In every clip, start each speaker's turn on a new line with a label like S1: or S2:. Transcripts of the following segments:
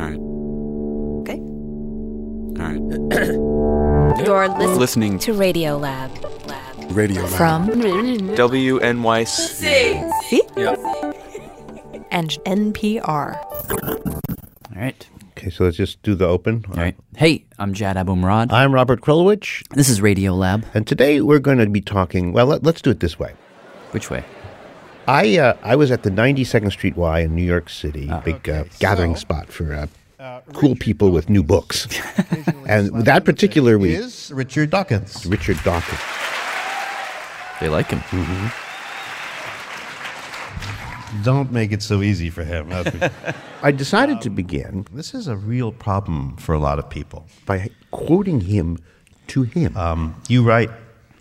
S1: All right.
S2: Okay.
S1: All right.
S2: You're listening,
S1: Listening
S2: to Radio Lab. Lab.
S3: Radio Lab.
S4: From
S5: WNYC.
S2: And NPR.
S1: All right.
S3: Okay, so let's just do the open.
S1: All right. Hey, I'm Jad Abumrad.
S3: I'm Robert Krulwich,
S1: This is Radio Lab.
S3: and today we're going to be talking. Well, let, us do it this way.
S1: Which way?
S3: I uh, I was at the 92nd Street Y in New York City,
S1: Ah.
S3: big uh, gathering spot for uh, cool people with new books, and that particular week,
S6: is Richard Dawkins.
S3: Richard Dawkins. Mm-hmm.
S1: They like him.
S6: Don't make it so easy for him. that's for-
S3: I decided to begin
S6: this is a real problem for a lot of people. Um,
S3: by quoting him to him.
S6: You write,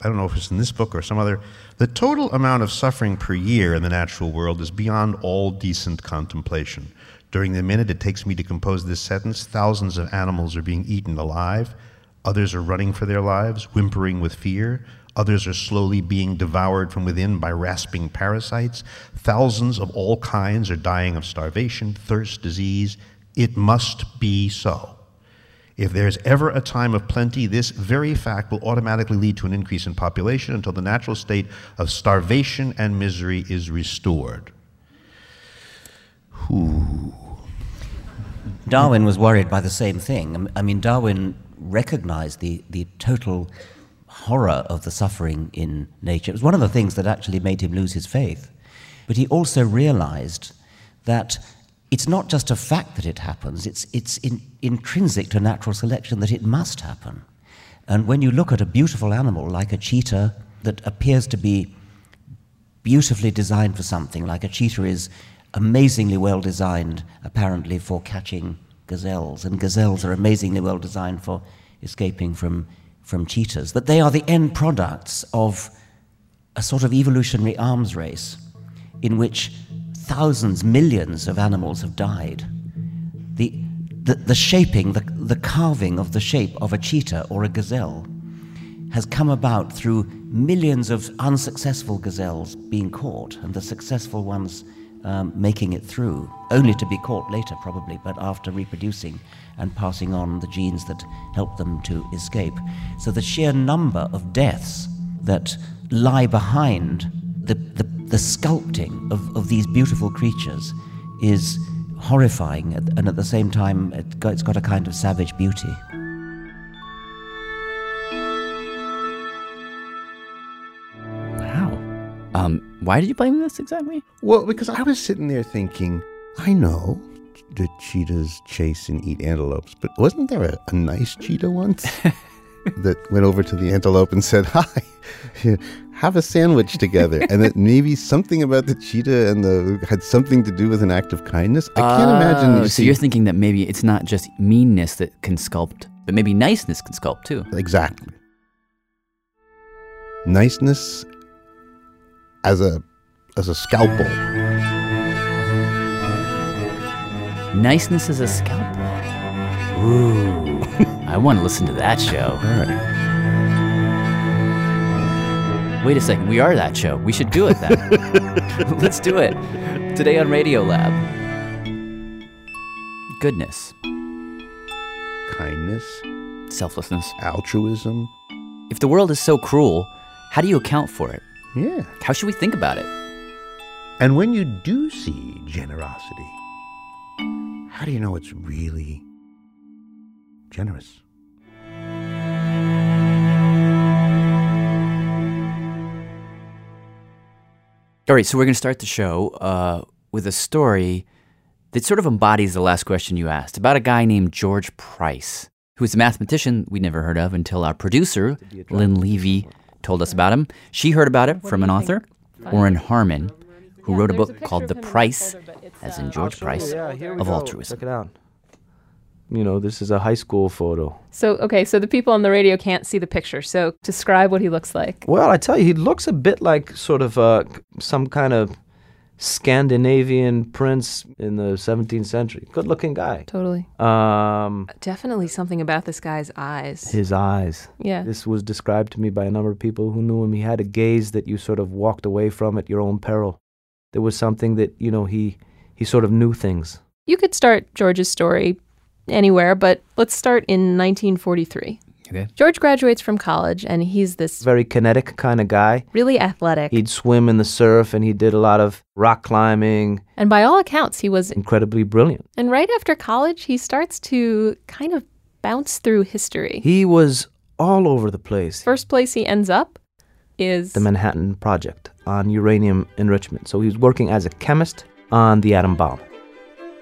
S6: I don't know if it's in this book or some other, the total amount of suffering per year in the natural world is beyond all decent contemplation. During the minute it takes me to compose this sentence, thousands of animals are being eaten alive, others are running for their lives, whimpering with fear. Others are slowly being devoured from within by rasping parasites. Thousands of all kinds are dying of starvation, thirst, disease. It must be so. If there is ever a time of plenty, this very fact will automatically lead to an increase in population until the natural state of starvation and misery is restored.
S7: Darwin was worried by the same thing. Um, I mean, Darwin recognized the, the total horror of the suffering in nature. It was one of the things that actually made him lose his faith. But he also realized that it's not just a fact that it happens, it's, it's in, intrinsic to natural selection that it must happen. And when you look at a beautiful animal like a cheetah that appears to be beautifully designed for something, like a cheetah is amazingly well designed, apparently, for catching gazelles, and gazelles are amazingly well designed for escaping from, from cheetahs. That they are the end products of a sort of evolutionary arms race in which thousands, millions of animals have died. The, the, the shaping, the, the carving of the shape of a cheetah or a gazelle has come about through millions of unsuccessful gazelles being caught and the successful ones um, making it through, only to be caught later, probably, but after reproducing and passing on the genes that help them to escape. So the sheer number of deaths that lie behind the, the, the sculpting of, of these beautiful creatures is horrifying, and and at the same time, it got, it's got a kind of savage beauty.
S1: Wow. Um, why did you blame this exactly?
S3: Well, because I was sitting there thinking, I know the cheetahs chase and eat antelopes, but wasn't there a, a nice cheetah once that went over to the antelope and said, Hi, have a sandwich together? And that maybe something about the cheetah and the had something to do with an act of kindness? I can't imagine.
S1: Oh,
S3: you
S1: so
S3: see-
S1: you're thinking that maybe it's not just meanness that can sculpt, but maybe niceness can sculpt too.
S3: Exactly. Niceness as a as a scalpel.
S1: Niceness is a scalpel. Ooh, I want to listen to that show.
S3: All right.
S1: Wait a second, we are that show. We should do it then. Let's do it today on Radio Lab. Goodness,
S3: Kindness,
S1: selflessness.
S3: altruism.
S1: If the world is so cruel, how do you account for it?
S3: Yeah.
S1: How should we think about it?
S3: And when you do see generosity, how do you know it's really generous.
S1: All right, so we're going to start the show uh, with a story that sort of embodies the last question you asked about a guy named George Price, who is a mathematician we never heard of until our producer, Lynn Levy, told us about him. She heard about it from an author, Warren Harmon, who wrote a book called The Price, as in George Price, of altruism.
S8: Check it out. You know, this is a high school photo.
S9: So, okay, so the people on the radio can't see the picture. So, describe what he looks like.
S8: Well, I tell you, he looks a bit like sort of uh, some kind of Scandinavian prince in the 17th century. Good looking guy.
S9: Totally.
S8: Um,
S9: Definitely something about this guy's eyes.
S8: his eyes.
S9: Yeah.
S8: This was described to me by a number of people who knew him. He had a gaze that you sort of walked away from at your own peril. There was something that, you know, he, he sort of knew things.
S9: You could start George's story anywhere, but let's start in 1943.
S8: Okay.
S9: George graduates from college and he's this
S8: Very kinetic kind of guy.
S9: really athletic.
S8: He'd swim in the surf and he did a lot of rock climbing.
S9: And by all accounts, he was.
S8: Incredibly brilliant.
S9: And right after college, he starts to kind of bounce through history.
S8: He was all over the place.
S9: First place he ends up is
S8: The Manhattan Project on uranium enrichment. So he was working as a chemist on the atom bomb.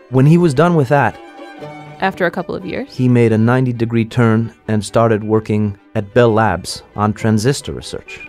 S8: When he was done with that,
S9: after a couple of years.
S8: he made a 90 degree turn and started working at Bell Labs on transistor research.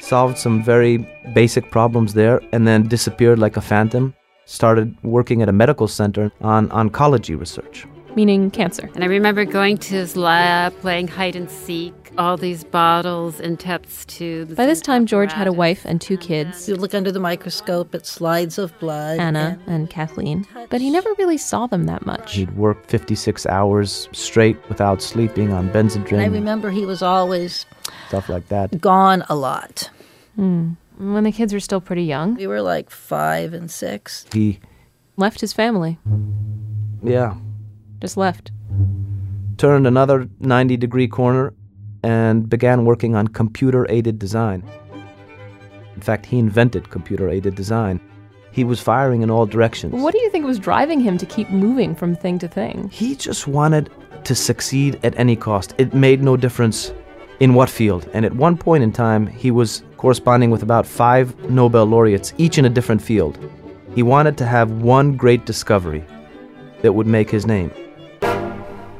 S8: Solved some very basic problems there and then disappeared like a phantom. Started working at a medical center on oncology research.
S9: meaning cancer.
S10: And I remember going to his lab, playing hide and seek, all these bottles and TEPS tubes.
S9: By this time, George had a wife and two kids,
S11: You look under the microscope at slides of blood.
S9: Anna and Kathleen, but he never really saw them that much.
S8: He'd worked 56 hours straight without sleeping on
S11: And I
S8: benzodrine,
S11: remember he was always
S8: stuff like that.
S11: gone a lot.
S9: Hmm. When the kids were still pretty young,
S11: We were like five and six.
S8: He,
S9: left his family,
S8: yeah,
S9: just left.
S8: turned another 90 degree corner and began working on computer aided design. In fact, he invented computer aided design. He was firing in all directions.
S9: What do you think was driving him to keep moving from thing to thing?
S8: He just wanted to succeed at any cost. It made no difference in what field. And at one point in time, he was corresponding with about five Nobel laureates, each in a different field. He wanted to have one great discovery that would make his name.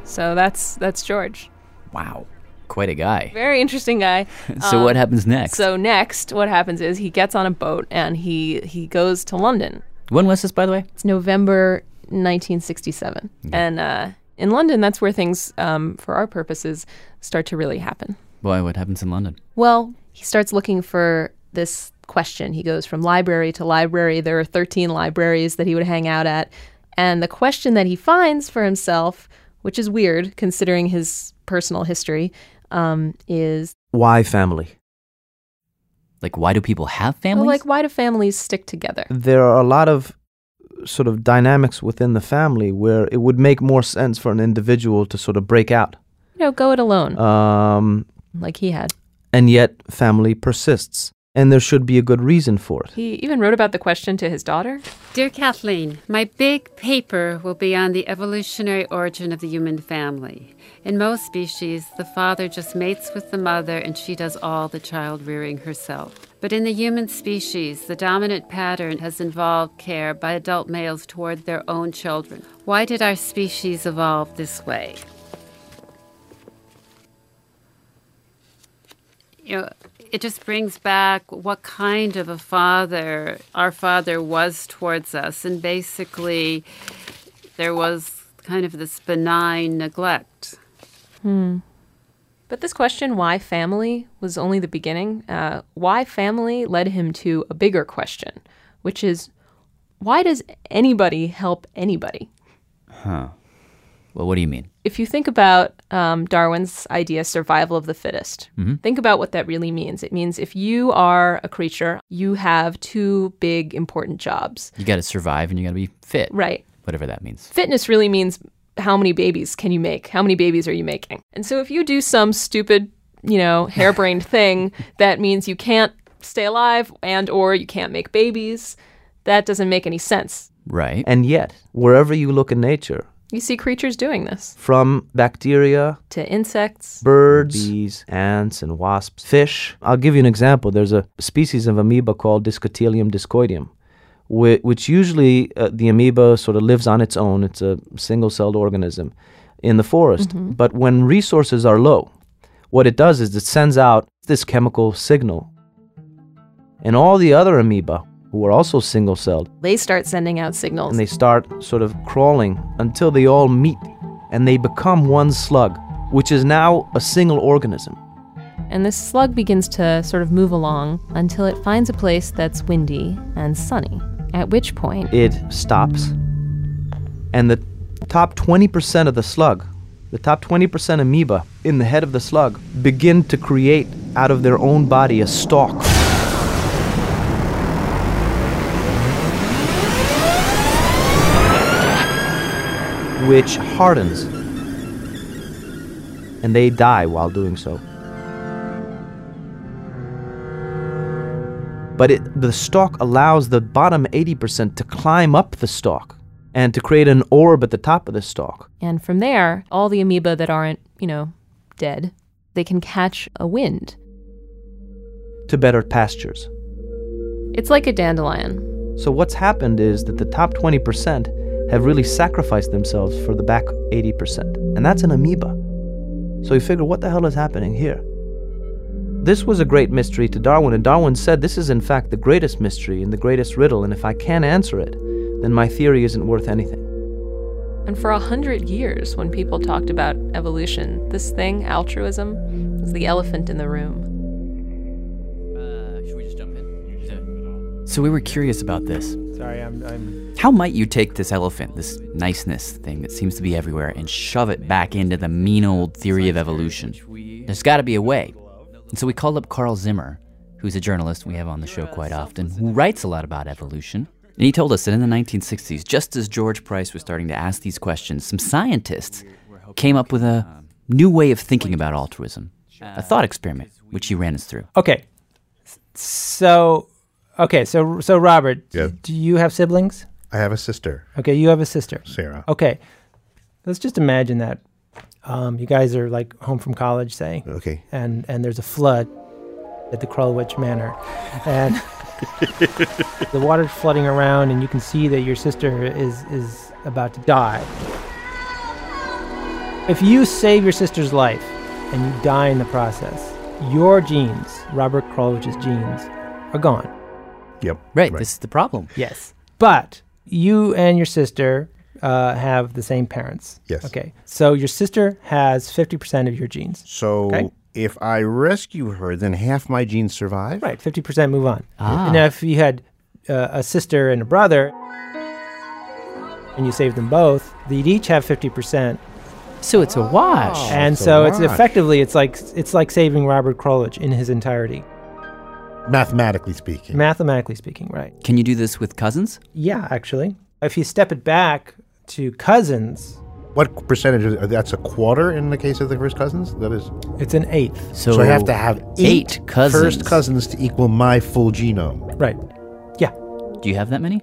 S9: So that's that's George.
S1: Wow. Quite a guy.
S9: Very interesting guy. Um,
S1: So what happens next?
S9: So next, what happens is he gets on a boat and he he goes to London.
S1: When was this, by the way?
S9: It's November 1967, and uh, in London, that's where things, um, for our purposes, start to really happen.
S1: Boy, what happens in London?
S9: Well, he starts looking for this question. He goes from library to library. There are 13 libraries that he would hang out at. And the question that he finds for himself, which is weird considering his personal history, um, is
S8: Why family?
S1: Like, why do people have
S9: well,
S1: families?
S9: like, why do families stick together?
S8: there are a lot of sort of dynamics within the family where it would make more sense for an individual to sort of break out.
S9: You know, go it alone,
S8: Um,
S9: Mm. like he had.
S8: and yet, family persists, and there should be a good reason for it.
S9: He even wrote about the question to his daughter.
S10: Dear Kathleen, my big paper will be on the evolutionary origin of the human family. In most species, the father just mates with the mother and she does all the child rearing herself. But in the human species, the dominant pattern has involved care by adult males toward their own children. Why did our species evolve this way? you know, it just brings back what kind of a father our father was towards us. And basically, there was kind of this benign neglect.
S9: Hmm. But this question, why family, was only the beginning. Uh, why family led him to a bigger question, which is why does anybody help anybody?
S1: Huh. Well, what do you mean?
S9: If you think about um, Darwin's idea, survival of the fittest,
S1: Mhm.
S9: think about what that really means. It means if you are a creature, you have two big important jobs.
S1: You got to survive and you got to be fit.
S9: Right.
S1: Whatever that means.
S9: Fitness really means how many babies can you make? How many babies are you making? And so if you do some stupid, you know, harebrained thing that means you can't stay alive and or you can't make babies, that doesn't make any sense.
S1: Right.
S8: And yet, wherever you look in nature,
S9: You see creatures doing this
S8: from bacteria,
S9: to insects.
S8: birds, bees, ants, and wasps, fish. I'll give you an example. There's a species of amoeba called Discotelium discoideum, whi- which usually uh, the amoeba sort of lives on its own. It's a single celled organism in the forest.
S12: Mhm.
S8: But when resources are low, what it does is it sends out this chemical signal. And all the other amoeba, who are also single celled,
S9: They start sending out signals.
S8: and they start sort of crawling until they all meet and they become one slug, which is now a single organism.
S9: And this slug begins to sort of move along until it finds a place that's windy and sunny, at which point
S8: It stops, and the top 20% of the slug, the top 20% amoeba in the head of the slug, begin to create out of their own body a stalk. Which hardens, and they die while doing so. but it, the stalk allows the bottom 80% to climb up the stalk and to create an orb at the top of the stalk.
S9: and from there, all the amoeba that aren't, you know, dead, they can catch a wind.
S8: to better pastures.
S9: It's like a dandelion.
S8: So what's happened is that the top 20% have really sacrificed themselves for the back 80%, and that's an amoeba. So you figure, what the hell is happening here? This was a great mystery to Darwin, and Darwin said this is in fact the greatest mystery and the greatest riddle, and if I can't answer it, then my theory isn't worth anything.
S9: And for a hundred years, when people talked about evolution, this thing, altruism, was the elephant in the room.
S1: So we were curious about this.
S13: Sorry, I'm. I'm
S1: How might you take this elephant, this niceness thing that seems to be everywhere, and shove it back into the mean old theory of evolution? There's got to be a way. And so we called up Carl Zimmer, who's a journalist we have on the show quite often, who writes a lot about evolution. And he told us that in the 1960s, just as George Price was starting to ask these questions, some scientists came up with a new way of thinking about altruism, a thought experiment, which he ran us through.
S13: Okay. So, okay. So, so Robert,
S6: Yeah.
S13: do you have siblings?
S6: I have a sister.
S13: Okay, you have a sister,
S6: Sarah.
S13: Okay, let's just imagine that um, you guys are like home from college, say.
S6: Okay.
S13: And and there's a flood at the Krulwich Manor, and the water's flooding around, and you can see that your sister is is about to die. If you save your sister's life and you die in the process, your genes, Robert Krulwich's genes, are gone.
S6: Yep.
S1: Right, This is the problem.
S13: Yes. But you and your sister uh, have the same parents.
S6: Yes.
S13: Okay. So your sister has 50% of your genes.
S6: So
S13: Okay.
S6: if I rescue her, then half my genes survive.
S13: Right. 50% move on.
S6: Ah.
S13: And now if you had uh, a sister and a brother and you saved them both, they'd each have 50%.
S1: So it's a wash.
S6: Oh.
S13: and
S6: it's a
S13: so it's
S6: wash.
S13: effectively it's like it's like saving Robert Krulwich in his entirety,
S6: Mathematically speaking.
S13: mathematically speaking, right?
S1: Can you do this with cousins?
S13: Yeah, actually. If you step it back to cousins,
S6: What percentage? Is, that's a quarter in the case of the first cousins. That is.
S13: it's an eighth.
S6: So, I have to have eight, first cousins to equal my full genome.
S13: Right. Yeah.
S1: Do you have that many?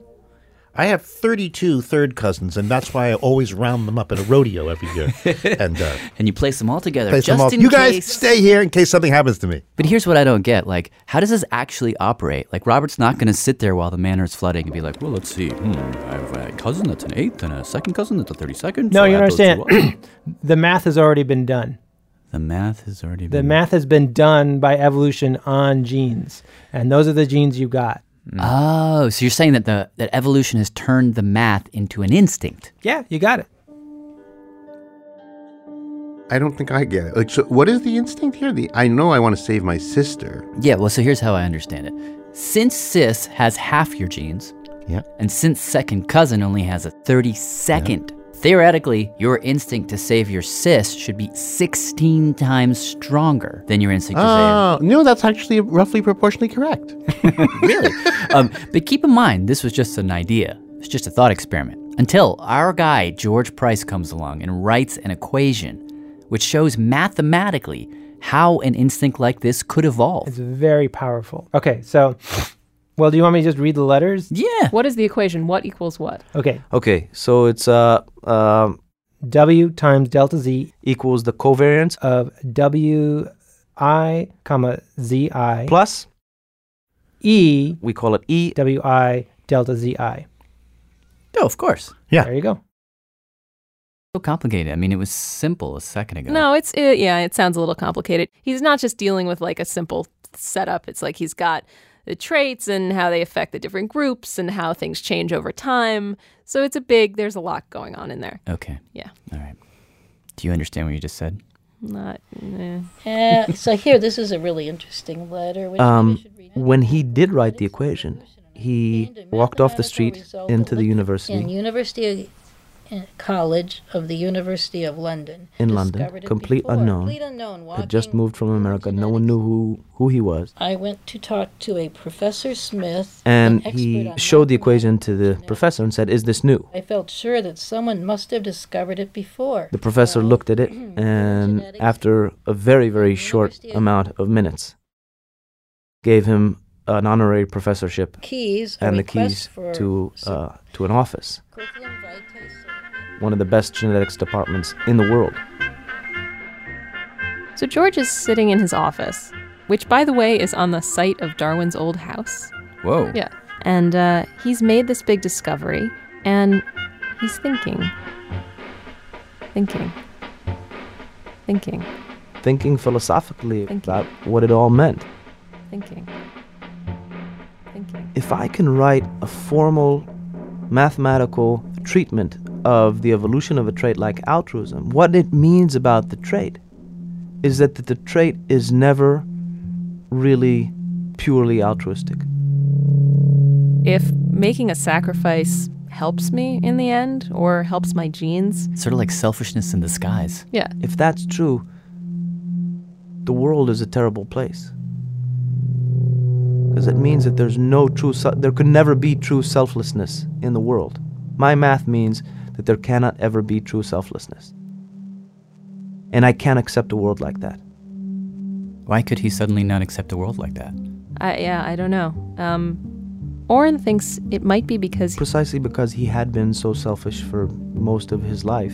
S6: I have 32 third cousins, and that's why I always round them up at a rodeo every year. and uh,
S1: And you place them all together.
S6: place them
S1: just
S6: all.
S1: in
S6: You guys
S1: case.
S6: stay here in case something happens to me.
S1: But here's what I don't get: like, how does this actually operate? Like, Robert's not going to sit there while the manor is flooding and be like, "Well, let's see. Hmm, I have a cousin that's an eighth, and a second cousin that's a thirty-second.
S13: No, you don't understand. the math has already been done.
S1: the math has already
S13: The
S1: been.
S13: math has been done by evolution on genes, and those are the genes you got.
S1: oh, so you're saying that the that evolution has turned the math into an instinct?
S13: Yeah, you got it.
S3: I don't think I get it. Like, so what is the instinct here? The I know I want to save my sister.
S1: Yeah. Well, so here's how I understand it: since cis has half your genes,
S3: Yeah.
S1: and since second cousin only has a thirty-second. Theoretically, your instinct to save your cis should be 16 times stronger than your instinct to save
S3: Oh, no, that's actually roughly proportionally correct.
S1: um, but keep in mind, this was just an idea. It's just a thought experiment. Until our guy, George Price, comes along and writes an equation which shows mathematically how an instinct like this could evolve.
S13: It's very powerful. Okay, so, well, do you want me to just read the letters?
S1: Yeah.
S9: What is the equation? What equals what?
S13: Okay.
S8: Okay, so it's uh, um
S13: W times delta Z
S8: equals the covariance
S13: of W I comma Z I
S8: plus
S13: E.
S8: We call it E
S13: W I delta Z I.
S1: Oh, of course.
S8: Yeah.
S13: There you go.
S1: So complicated. I mean, it was simple a second ago.
S9: No, it's it, yeah, it sounds a little complicated. He's not just dealing with like a simple setup. It's like he's got the traits and how they affect the different groups and how things change over time. So it's a big. There's a lot going on in there.
S1: Okay.
S9: Yeah.
S1: All right. Do you understand what you just said?
S9: Not. eh.
S11: Uh, so here, this is a really interesting letter. Which
S8: Um, when he did write the equation, he walked off the street into the
S11: in
S8: university
S11: University uh, College of the University of London.
S8: in London,
S11: discovered it
S8: complete
S11: before.
S8: unknown,
S11: Complete unknown.
S8: had just moved from America. No one knew who, who he was.
S11: I went to talk to a Professor Smith.
S8: And
S11: an expert
S8: he
S11: on
S8: showed the equation to the professor and said, Is this new?
S11: I felt sure that someone must have discovered it before.
S8: The professor looked at it, and after a very, very short amount of minutes, gave him an honorary professorship
S11: Keys, a
S8: and the
S11: request
S8: keys
S11: for
S8: to
S11: su-
S8: uh, to an office, one of the best genetics departments in the world.
S9: So George is sitting in his office, which, by the way, is on the site of Darwin's old house.
S1: Whoa.
S9: Yeah. And uh, he's made this big discovery, and he's thinking, thinking, thinking,
S8: Thinking philosophically
S9: Thank you.
S8: about what it all meant.
S9: thinking, thinking.
S8: If I can write a formal mathematical treatment of the evolution of a trait like altruism, what it means about the trait is that the, the trait is never really purely altruistic.
S9: If making a sacrifice helps me in the end or helps my genes,
S1: Sort of like selfishness in disguise.
S9: yeah,
S8: If that's true, the world is a terrible place. Because it means that there's no true, se- there could never be true selflessness in the world. My math means that there cannot ever be true selflessness. And I can't accept a world like that.
S1: Why could he suddenly not accept a world like that?
S9: I, yeah, I don't know. Um, Oren thinks it might be because
S8: Precisely because he had been so selfish for most of his life.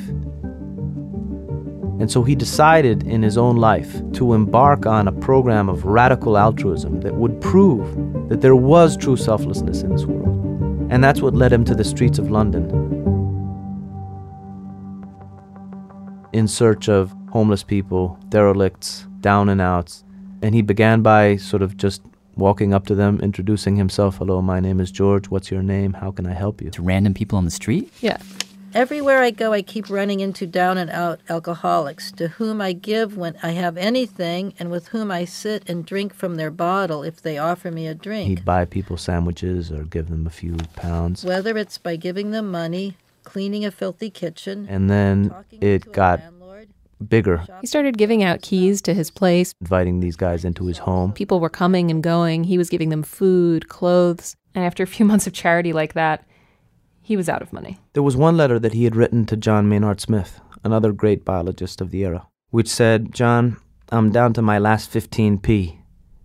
S8: And so he decided in his own life to embark on a program of radical altruism that would prove that there was true selflessness in this world. And that's what led him to the streets of London in search of homeless people, derelicts, down and outs. And he began by sort of just walking up to them, introducing himself. Hello, my name is George. What's your name? How can I help you?
S1: To random people on the street?
S9: Yeah.
S11: Everywhere I go, I keep running into down and out alcoholics, to whom I give when I have anything, and with whom I sit and drink from their bottle if they offer me a drink.
S8: He'd buy people sandwiches or give them a few pounds.
S11: Whether it's by giving them money, cleaning a filthy kitchen,
S8: And then it got bigger,
S9: he started giving out keys to his place.
S8: inviting these guys into his home.
S9: People were coming and going. He was giving them food, clothes. And after a few months of charity like that, he was out of money.
S8: There was one letter that he had written to John Maynard Smith, another great biologist of the era, which said, John, I'm down to my last 15p,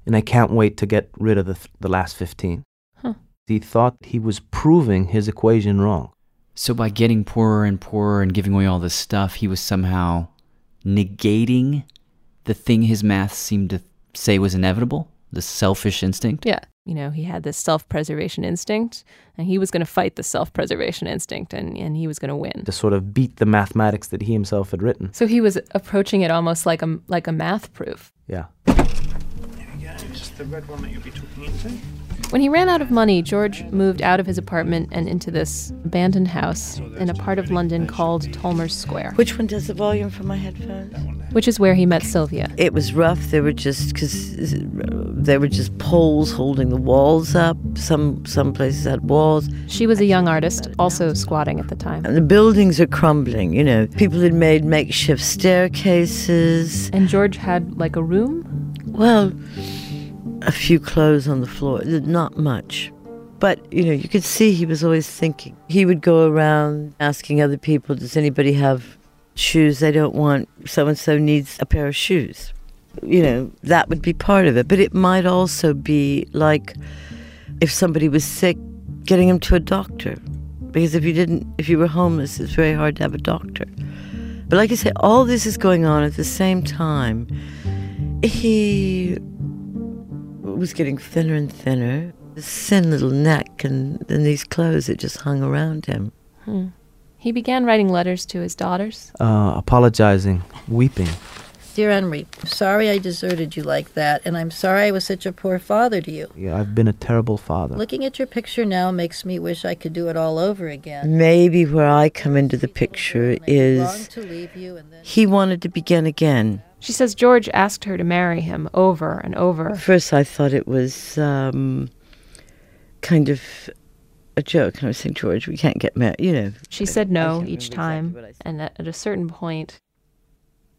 S8: and I can't wait to get rid of the, th- the last 15.
S9: Huh.
S8: He thought he was proving his equation wrong.
S1: So by getting poorer and poorer and giving away all this stuff, he was somehow negating the thing his math seemed to say was inevitable, the selfish instinct.
S9: Yeah. You know, he had this self preservation instinct, and he was going to fight the self preservation instinct, and, and he was going to win.
S8: To sort of beat the mathematics that he himself had written.
S9: So he was approaching it almost like a, like a math proof.
S8: Yeah.
S12: Yeah, just the red one that you'll be talking into.
S9: When he ran out of money, George moved out of his apartment and into this abandoned house in a part of London called Tolmer's Square,
S14: Which one does the volume for my headphones?
S9: which is where he met Sylvia.
S14: It was rough. There were just because there were just poles holding the walls up. Some some places had walls.
S9: She was a young artist, also squatting at the time.
S14: And the buildings are crumbling. You know, people had made makeshift staircases.
S9: And George had like a room.
S14: Well, a few clothes on the floor. Not much. But, you know, you could see he was always thinking. He would go around asking other people, does anybody have shoes they don't want? So and so needs a pair of shoes. You know, that would be part of it. But it might also be like if somebody was sick, getting him to a doctor. Because if you didn't, if you were homeless, it's very hard to have a doctor.
S15: But like I say, all this is going on at the same time. He was getting thinner and thinner. His thin little neck and, and these clothes that just hung around him.
S9: Hmm. He began writing letters to his daughters.
S8: uh, apologizing, weeping.
S11: Dear Henry, sorry I deserted you like that, and I'm sorry I was such a poor father to you.
S8: Yeah, I've been a terrible father.
S11: Looking at your picture now makes me wish I could do it all over again.
S15: Maybe where I come into the picture is he wanted to begin again.
S9: She says George asked her to marry him over and over.
S15: At first, I thought it was um, kind of a joke. and I was saying, George, we can't get married, you know.
S9: She said no each time, and at, at a certain point,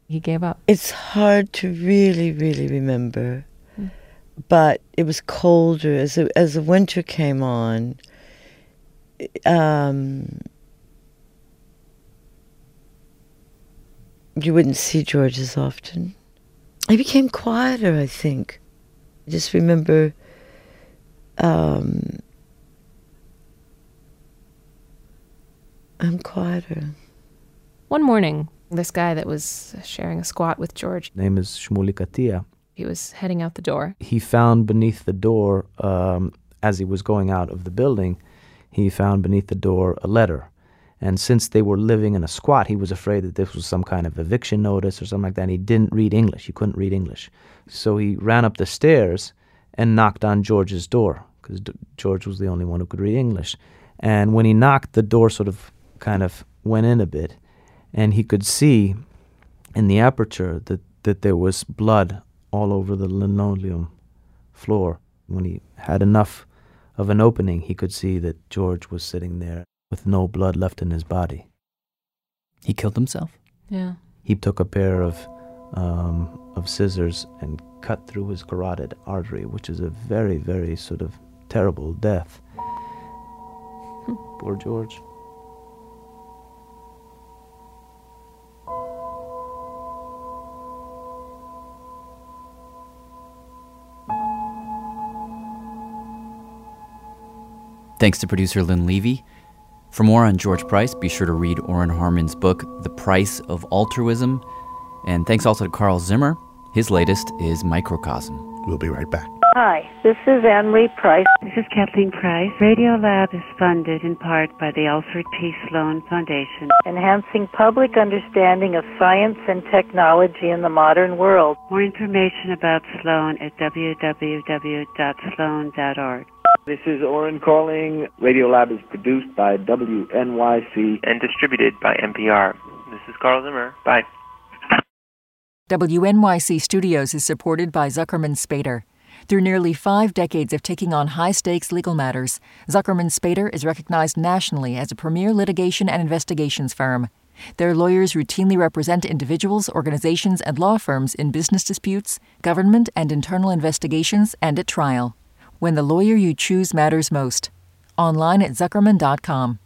S9: he gave up.
S15: It's hard to really, really remember,
S9: Hmm.
S15: but it was colder as the, as the winter came on. Um, you wouldn't see George as often. He became quieter, I think. I just remember um, I'm quieter.
S9: One morning, this guy that was sharing a squat with George,
S8: Name is Shmuley Katia.
S9: he was heading out the door.
S8: He found beneath the door, um, as he was going out of the building, he found beneath the door a letter. And since they were living in a squat, he was afraid that this was some kind of eviction notice or something like that. And he didn't read English. He couldn't read English. So he ran up the stairs and knocked on George's door because D- George was the only one who could read English. And when he knocked, the door sort of kind of went in a bit. And he could see in the aperture that, that there was blood all over the linoleum floor. When he had enough of an opening, he could see that George was sitting there with no blood left in his body.
S1: He killed himself?
S9: Yeah.
S8: He took a pair of, um, of scissors and cut through his carotid artery, which is a very, very sort of terrible death. Poor George.
S1: Thanks to producer Lynn Levy. For more on George Price, be sure to read Orrin Harmon's book, The Price of Altruism. And thanks also to Carl Zimmer. His latest is Microcosm.
S16: We'll be right back.
S17: Hi, this is Anne-Marie Price.
S18: This is Kathleen Price. Radiolab is funded in part by the Alfred P. Sloan Foundation.
S17: Enhancing public understanding of science and technology in the modern world.
S18: More information about Sloan at www.sloan.org.
S19: This is Oren calling. Radiolab is produced by WNYC and distributed by NPR. This is Carl Zimmer. Bye.
S4: WNYC Studios is supported by Zuckerman Spader. Through nearly five decades of taking on high stakes legal matters, Zuckerman Spader is recognized nationally as a premier litigation and investigations firm. Their lawyers routinely represent individuals, organizations, and law firms in business disputes, government and internal investigations, and at trial. When the lawyer you choose matters most. Online at Zuckerman.com.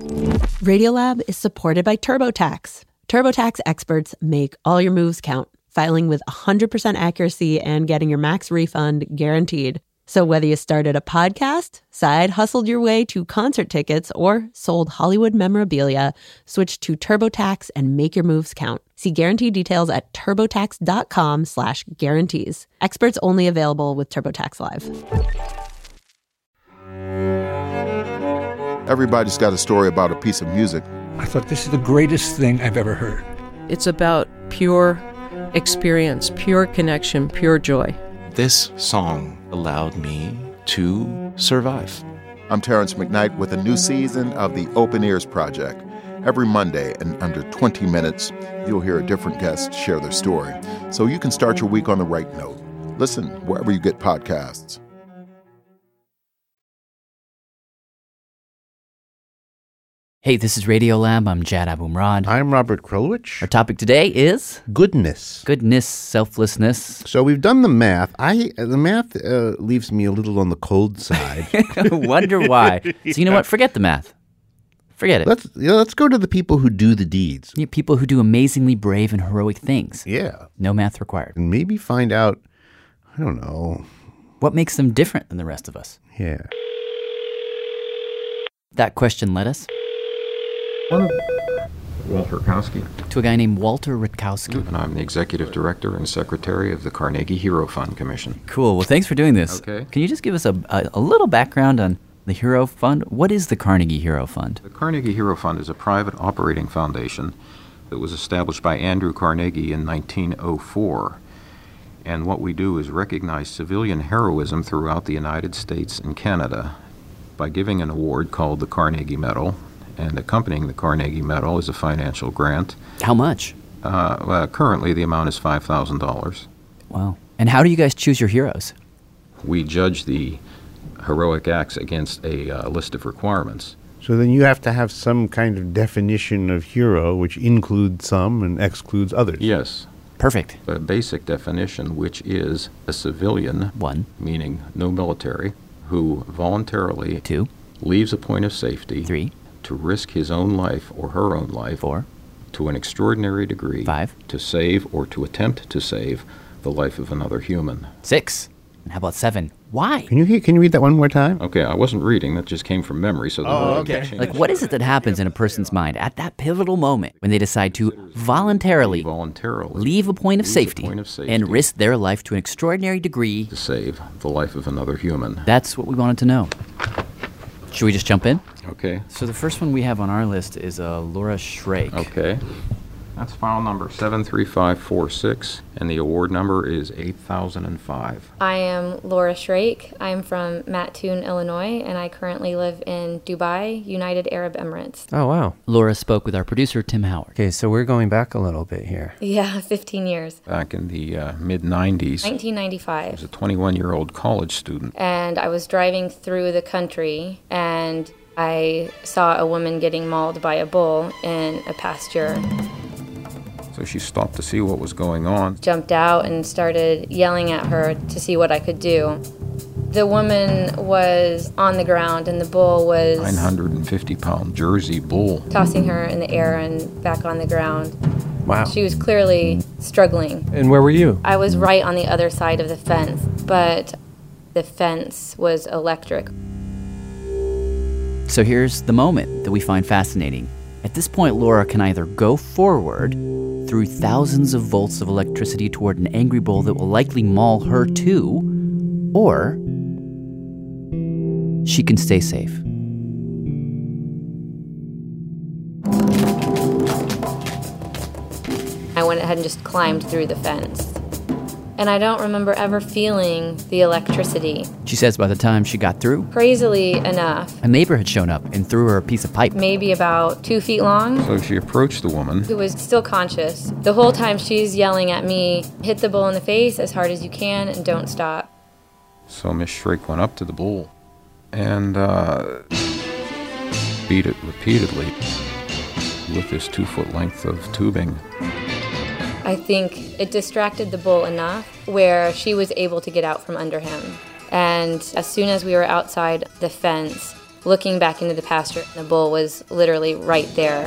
S20: Radiolab is supported by TurboTax. TurboTax experts make all your moves count, filing with 100% accuracy and getting your max refund guaranteed. So whether you started a podcast, side hustled your way to concert tickets, or sold Hollywood memorabilia, switch to TurboTax and make your moves count. See guarantee details at turbotax.com/guarantees. slash guarantees. Experts only available with TurboTax Live.
S21: Everybody's got a story about a piece of music.
S22: I thought this is the greatest thing I've ever heard.
S23: It's about pure experience, pure connection, pure joy.
S21: This song allowed me to survive. I'm Terrence McKnight with a new season of the Open Ears Project. Every Monday, in under 20 minutes, you'll hear a different guest share their story so you can start your week on the right note. Listen wherever you get podcasts.
S1: Hey, this is Radiolab. I'm Jad Abumrad.
S3: I'm Robert Krulwich.
S1: Our topic today is
S3: goodness.
S1: Goodness, selflessness.
S3: So we've done the math. I uh, the math uh, leaves me a little on the cold side.
S1: Wonder why. So you know what? Forget the math. Forget it.
S3: Let's yeah, let's go to the people who do the deeds.
S1: Yeah, people who do amazingly brave and heroic things.
S3: Yeah.
S1: No math required.
S3: And maybe find out I don't know.
S1: What makes them different than the rest of us?
S3: Yeah.
S1: That question led us
S24: One
S25: Walt Rutkowski.
S1: To a guy named Walter Rutkowski.
S25: And I'm the executive director and secretary of the Carnegie Hero Fund Commission.
S1: Cool. Well, thanks for doing this.
S25: Okay.
S1: Can you just give us a, a, a little background on the Hero Fund? What is the Carnegie Hero Fund?
S25: The Carnegie Hero Fund is a private operating foundation that was established by Andrew Carnegie in 1904. And what we do is recognize civilian heroism throughout the United States and Canada by giving an award called the Carnegie Medal. And accompanying the Carnegie Medal is a financial grant.
S1: How much?
S25: Uh, well, currently, the amount is $5,000.
S1: Wow. And how do you guys choose your heroes?
S25: We judge the heroic acts against a uh, list of requirements.
S3: So then you have to have some kind of definition of hero, which includes some and excludes others.
S25: Yes.
S1: Perfect.
S25: A basic definition, which is a civilian,
S1: one,
S25: meaning no military, who voluntarily
S1: two
S25: leaves a point of safety
S1: three
S25: to risk his own life or her own life
S1: four
S25: to an extraordinary degree
S1: five
S25: to save or to attempt to save the life of another human.
S1: six. And how about seven? Why?
S3: Can you hear, can you read that one more time?
S25: Okay, I wasn't reading. That just came from memory. So the
S3: Oh,
S25: word got
S3: okay.
S25: changed.
S1: Like, what is it that happens in a person's mind at that pivotal moment when they decide to voluntarily
S25: voluntarily
S1: leave a point of
S25: leaves a
S1: safety
S25: point of safety
S1: and risk their life to an extraordinary degree?
S25: to save the life of another human.
S1: That's what we wanted to know. Should we just jump in?
S25: Okay.
S1: So, the first one we have on our list is uh, Laura Schrake.
S25: Okay. That's file number 73546, and the award number is 8005.
S26: I am Laura Shrake. I'm from Mattoon, Illinois, and I currently live in Dubai, United Arab Emirates.
S2: Oh, wow.
S1: Laura spoke with our producer, Tim Howard.
S2: Okay, so we're going back a little bit here.
S26: Yeah, 15 years.
S25: Back in the uh, mid 90s, I
S26: 1995.
S25: was a 21 year old college student.
S26: and I was driving through the country and I saw a woman getting mauled by a bull in a pasture.
S25: So she stopped to see what was going on.
S26: Jumped out and started yelling at her to see what I could do. The woman was on the ground and the bull was
S25: 950 pound Jersey bull.
S26: tossing her in the air and back on the ground.
S2: Wow.
S26: She was clearly struggling.
S2: And where were you?
S26: I was right on the other side of the fence, but the fence was electric.
S1: So here's the moment that we find fascinating. At this point, Laura can either go forward through thousands of volts of electricity toward an angry bull that will likely maul her too, or she can stay safe.
S26: I went ahead and just climbed through the fence. And I don't remember ever feeling the electricity.
S1: She says by the time she got through,
S26: Crazily enough,
S1: a neighbor had shown up and threw her a piece of pipe.
S26: maybe about two feet long,
S25: So she approached the
S2: Mm-hmm.
S25: woman.
S26: who was still conscious. The whole time she's yelling at me hit the bull in the face as hard as you can and don't stop.
S25: So Miss Shrake went up to the bull and uh, beat it repeatedly with this two foot length of tubing.
S26: I think it distracted the bull enough where she was able to get out from under him. And as soon as we were outside the fence, looking back into the pasture, the bull was literally right there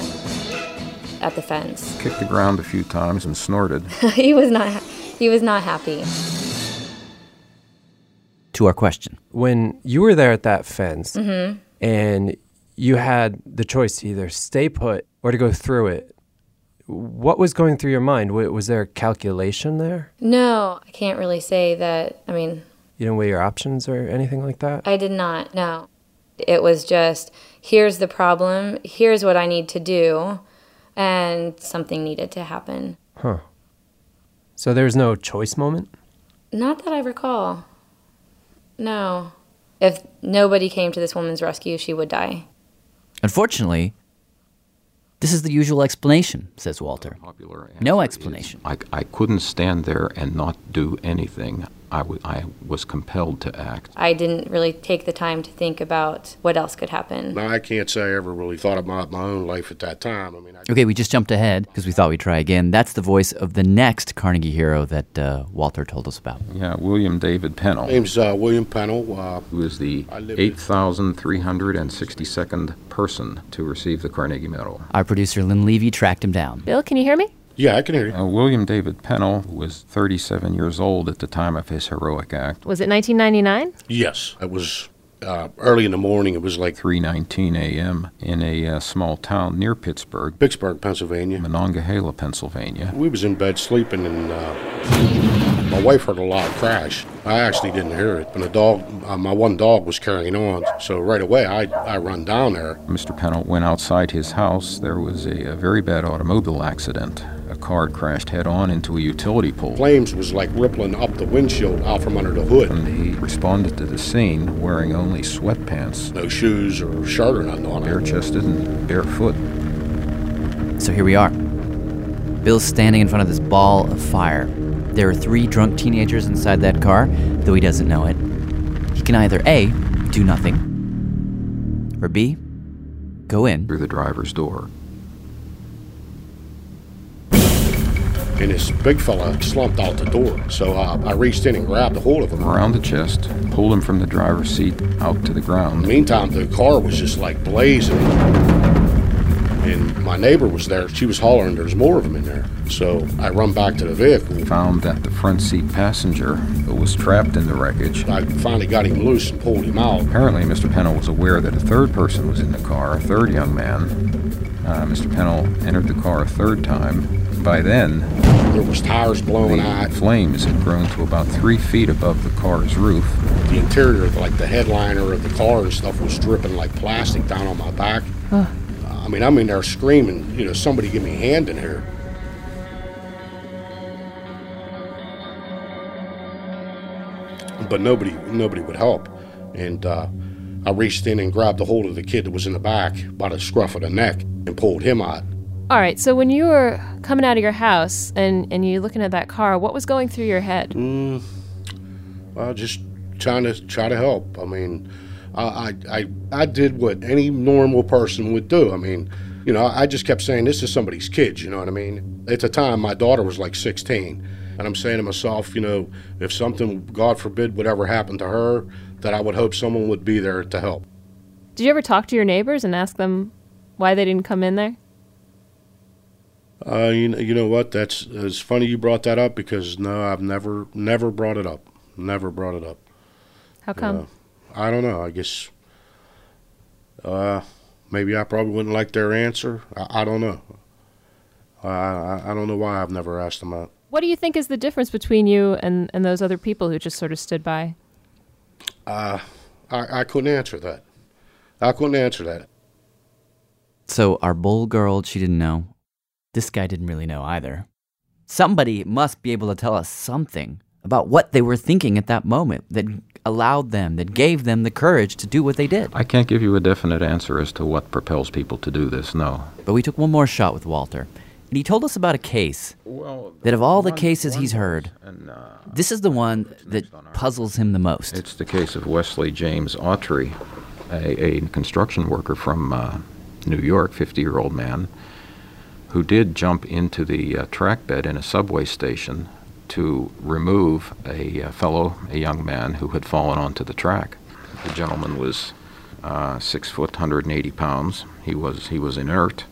S26: at the fence.
S25: Kicked the ground a few times and snorted.
S26: he was not he was not happy.
S1: To our question.
S2: When you were there at that fence
S26: Mhm.
S2: and you had the choice to either stay put or to go through it, what was going through your mind? Wa- Was there a calculation there?
S26: No, I can't really say that. I mean,
S2: You didn't weigh your options or anything like that?
S26: I did not. No. It was just here's the problem, here's what I need to do, and something needed to happen.
S2: Huh. So there was no choice moment?
S26: Not that I recall. No. If nobody came to this woman's rescue, she would die.
S1: Unfortunately, this is the usual explanation, says Walter. No explanation.
S25: I, I couldn't stand there and not do anything. I wa- I was compelled to act.
S26: I didn't really take the time to think about what else could happen.
S5: Now, I can't say I ever really thought about my own life at that time. I mean, I,
S1: Okay, we just jumped ahead because we thought we'd try again. That's the voice of the next Carnegie hero that uh, Walter told us about.
S25: Yeah, William David Pennell.
S5: name's uh, William Pennell. Uh,
S25: Who is the 8,362nd person to receive the Carnegie Medal?
S1: Our producer, Lynn Levy, tracked him down.
S9: Bill, can you hear me?
S25: Yeah, I can hear you. Uh, William David Pennell was 37 years old at the time of his heroic act.
S9: Was it 1999?
S5: yes, it was uh, early in the morning. It was like
S25: 3:19 a.m. in a uh, small town near Pittsburgh,
S5: Pittsburgh, Pennsylvania,
S25: Monongahela, Pennsylvania.
S5: We was in bed sleeping, and uh, my wife heard a loud crash. I actually didn't hear it, but the dog, uh, my one dog, was carrying on. So right away, I I run down there.
S25: Mr. Pennell went outside his house. There was a, a very bad automobile accident. A car crashed head-on into a utility pole.
S5: Flames was like rippling up the windshield out from under the hood.
S25: And he responded to the scene wearing only sweatpants,
S5: no shoes or shirt or nothing on.
S25: bare-chested and barefoot.
S1: So here we are. Bill's standing in front of this ball of fire. There are three drunk teenagers inside that car, though he doesn't know it. He can either A, do nothing, or B, go in
S25: through the driver's door.
S5: And this big fella slumped out the door. So uh, I reached in and grabbed a hold of him.
S25: Around the chest, pulled him from the driver's seat out to the ground.
S5: Meantime, the car was just like blazing. And my neighbor was there. She was hollering, there's more of them in there. So I run back to the vehicle.
S25: Found that the front seat passenger was trapped in the wreckage.
S5: I finally got him loose and pulled him out.
S25: Apparently, Mr. Pennell was aware that a third person was in the car, a third young man. Uh, Mr. Pennell entered the car a third time. By then,
S5: there was tires blowing out.
S25: Flames had grown to about three feet above the car's roof.
S5: The interior, like the headliner of the car and stuff, was dripping like plastic down on my back.
S9: Ugh.
S5: I mean, I'm in there screaming, you know, somebody give me a hand in here. But nobody, nobody would help. And uh, I reached in and grabbed a hold of the kid that was in the back by the scruff of the neck and pulled him out.
S9: All right, so when you were coming out of your house and, and you're looking at that car, what was going through your head?
S5: Mm, well, just trying to try to help. I mean, I, I I I did what any normal person would do. I mean, you know, I just kept saying this is somebody's kid. You know what I mean? At the time, my daughter was like 16, and I'm saying to myself, you know, if something, God forbid, would ever happen to her, that I would hope someone would be there to help.
S9: Did you ever talk to your neighbors and ask them why they didn't come in there?
S5: Uh, you know, you know what? That's it's funny you brought that up because no, I've never never brought it up. Never brought it up.
S9: How come?
S5: Yeah. I don't know. I guess uh, maybe I probably wouldn't like their answer. I, I don't know. I, I I don't know why I've never asked them out.
S9: What do you think is the difference between you and, and those other people who just sort of stood by?
S5: Uh, I I couldn't answer that. I couldn't answer that.
S1: So our bull girl, she didn't know. This guy didn't really know either. Somebody must be able to tell us something about what they were thinking at that moment that allowed them, that gave them the courage to do what they did.
S25: I can't give you a definite answer as to what propels people to do this, no.
S1: But we took one more shot with Walter, and he told us about a case
S25: Well,
S1: that of all the
S25: one-
S1: cases
S25: one uh,
S1: he's
S25: was-
S1: heard, this is the one that puzzles him the most.
S25: It's the case of Wesley James Autry, a, a construction worker from uh, New York, 50 year old man, who did jump into the uh, track bed in a subway station to remove a uh, fellow, a young man, who had fallen onto the track. The gentleman was uh, six foot, 180 pounds. He was, he was inert,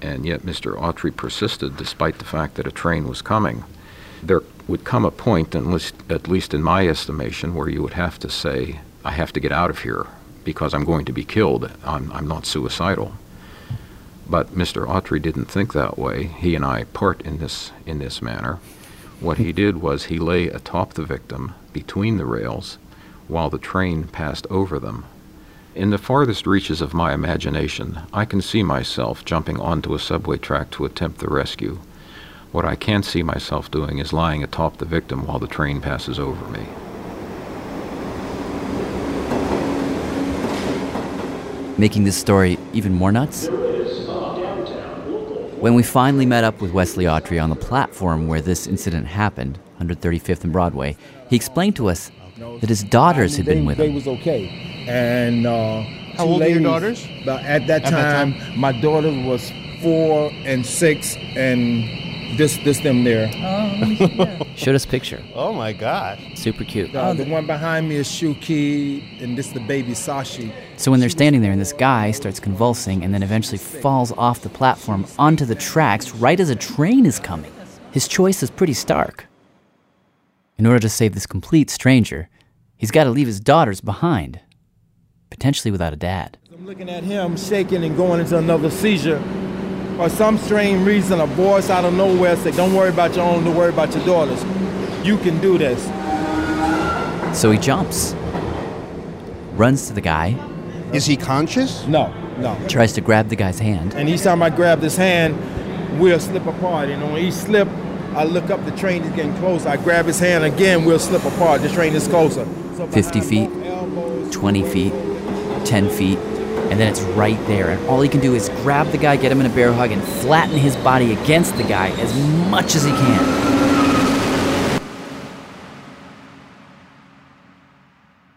S25: and yet Mr. Autry persisted despite the fact that a train was coming there would come a point, unless, at least in my estimation, where you would have to say, I have to get out of here because I'm going to be killed. I'm, I'm not suicidal. But Mr. Autry didn't think that way. He and I part in this, in this manner. What he did was he lay atop the victim between the rails while the train passed over them. In the farthest reaches of my imagination, I can see myself jumping onto a subway track to attempt the rescue. What I can't see myself doing is lying atop the victim while the train passes over me.
S1: making this story even more nuts? When we finally met up with Wesley Autry on the platform where this incident happened, 135th and Broadway, he explained to us that his daughters had been with
S6: they,
S1: him.
S6: they was okay. And uh,
S7: How
S6: two
S7: old were your
S6: ladies,
S7: daughters?
S6: But at that
S7: At that
S6: time, my daughter was four and six, and this this them there.
S7: Oh.
S1: Showed us a picture.
S6: Oh my God!
S1: Super cute.
S6: Uh, the one behind me is Shuki, and this the baby Sashi.
S1: So when they're standing there and this guy starts convulsing and then eventually falls off the platform onto the tracks right as a train is coming, his choice is pretty stark. In order to save this complete stranger, he's got to leave his daughters behind. potentially without a dad.
S6: I'm looking at him shaking and going into another seizure. For some strange reason, a voice out of nowhere said, Don't worry about your own, don't worry about your daughters. You can do this.
S1: So he jumps, runs to the guy.
S3: Is he conscious?
S6: No, no.
S1: Tries to grab the guy's hand.
S6: And each time I grab his hand, we'll slip apart. And on each slip, I look up, the train is getting closer. I grab his hand again, we'll slip apart. The train is closer.
S1: 50 feet, 20 feet, 10 feet, and then it's right there. And all he can do is grab the guy, get him in a bear hug, and flatten his body against the guy as much as he can.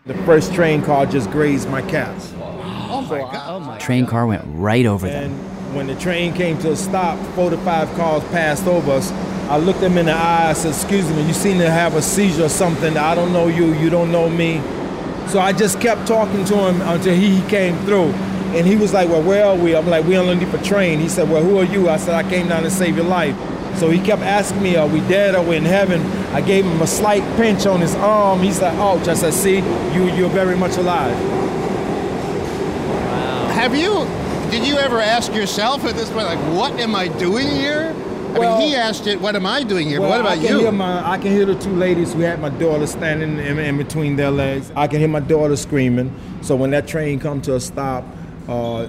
S6: The first train car just grazed my calves.
S3: Oh my God. Oh my
S1: Train car went right over them.
S6: And when the train came to a stop, four to five cars passed over us. I looked them in the eye. I said, "Excuse me, you seem to have a seizure or something. I don't know you. You don't know me." So I just kept talking to him until he came through, and he was like, "Well, where are we?" I'm like, "We're underneath a train." He said, "Well, who are you?" I said, "I came down to save your life." So he kept asking me, "Are we dead? Are we in heaven?" I gave him a slight pinch on his arm. He said, "Ouch!" I said, "See, you you're very much alive."
S3: Have you? Did you ever ask yourself at this point, like, what am I doing here? I
S6: Well-
S3: mean, he asked it. What am I doing here?
S6: Well,
S3: what about
S6: I can
S3: you?
S6: Hear my, I can hear the two ladies who had my daughter standing in, in between their legs. I can hear my daughter screaming. So when that train come to a stop, uh,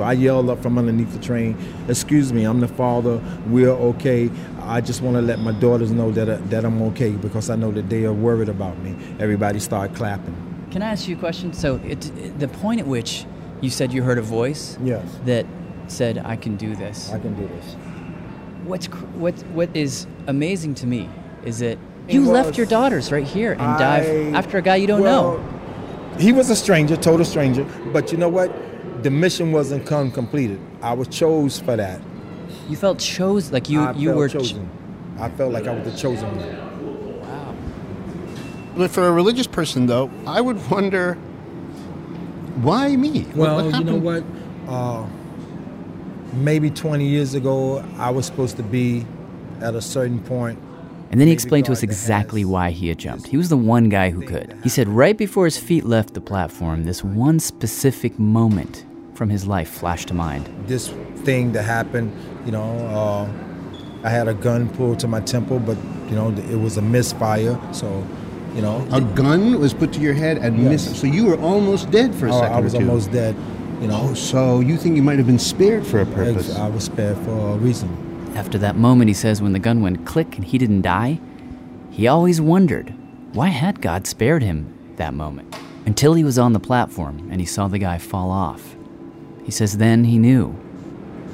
S6: I yell up from underneath the train, "Excuse me, I'm the father. We're okay. I just want to let my daughters know that I, that I'm okay because I know that they are worried about me." Everybody started clapping.
S7: Can I ask you a question? So, it, it- the point at which you said you heard a voice
S6: Yes.
S7: that said, "I can do this." I
S6: can do this.
S7: What's cr- what what is amazing to me is that you left
S6: was-
S7: your daughters right here and dive
S6: I-
S7: after a guy you don't
S6: well,
S7: know.
S6: He was a stranger, total stranger. But you know what? The mission wasn't come completed. I was chose for that.
S7: You felt chose like you
S6: I
S7: you
S6: felt
S7: were ch-
S6: chosen. I felt like I was the chosen one.
S3: But for a religious person, though, I would wonder why me?
S6: Well, you know
S3: happened?
S6: what? Uh, maybe 20 years ago, I was supposed to be at a certain point.
S1: And then he explained to us exactly why he had jumped. He was the one guy who could. He said right before his feet left the platform, this one specific moment from his life flashed to mind.
S6: This thing that happened, you know, uh, I had a gun pulled to my temple, but, you know, it was a misfire. So, you know.
S3: A gun was put to your head and missed. So you were almost dead for a
S6: Oh,
S3: second.
S6: I was
S3: or two.
S6: almost dead. You know.
S3: Oh, so you think you might have been spared for a purpose?
S6: I was spared for a reason.
S1: After that moment, he says, when the gun went click and he didn't die, he always wondered why had God spared him that moment? Until he was on the platform and he saw the guy fall off. He says, then he knew.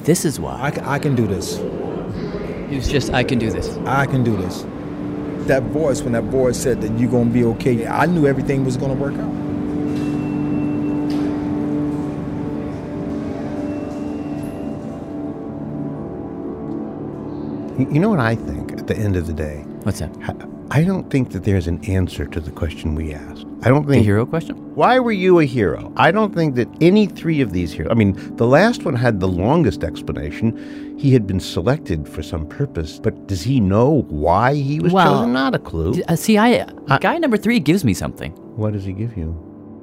S1: This is why.
S6: I, can do this.
S7: It was just I can do this.
S6: I can do this. That voice, when that voice said that you're gonna be okay, I knew everything was gonna work out.
S3: You you know what I think at the end of the day?
S1: What's that?
S3: I don't think that there's an answer to the question we asked. I don't think.
S1: hero question?
S3: Why were you a hero? I don't think that any three of these heroes. I mean, the last one had the longest explanation. He had been selected for some purpose, but does he know why he was
S1: Well,
S3: chosen? Not a clue.
S1: d- uh, see, I, guy number three gives me something.
S3: What does he give you?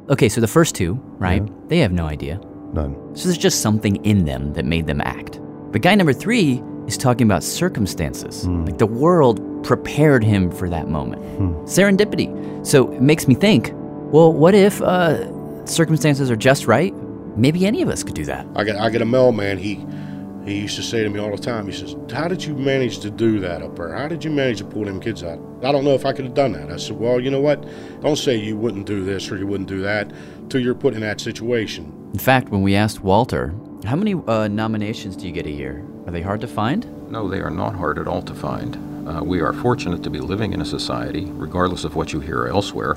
S1: Okay, so the first two, right? They have no idea.
S3: None.
S1: So there's just something in them that made them act. But guy number three is talking about circumstances.
S3: Hmm.
S1: Like the world prepared him for that moment. Serendipity. So it makes me think well, what if uh, circumstances are just right? Maybe any of us could do that.
S5: I got I got a mailman. He he used to say to me all the time. He says, "How did you manage to do that up there? How did you manage to pull them kids out?" I don't know if I could have done that. I said, "Well, you know what? Don't say you wouldn't do this or you wouldn't do that till you're put in that situation."
S1: In fact, when we asked Walter, how many uh, nominations do you get a year? Are they hard to find?
S25: No, they are not hard at all to find. Uh, we are fortunate to be living in a society, regardless of what you hear elsewhere,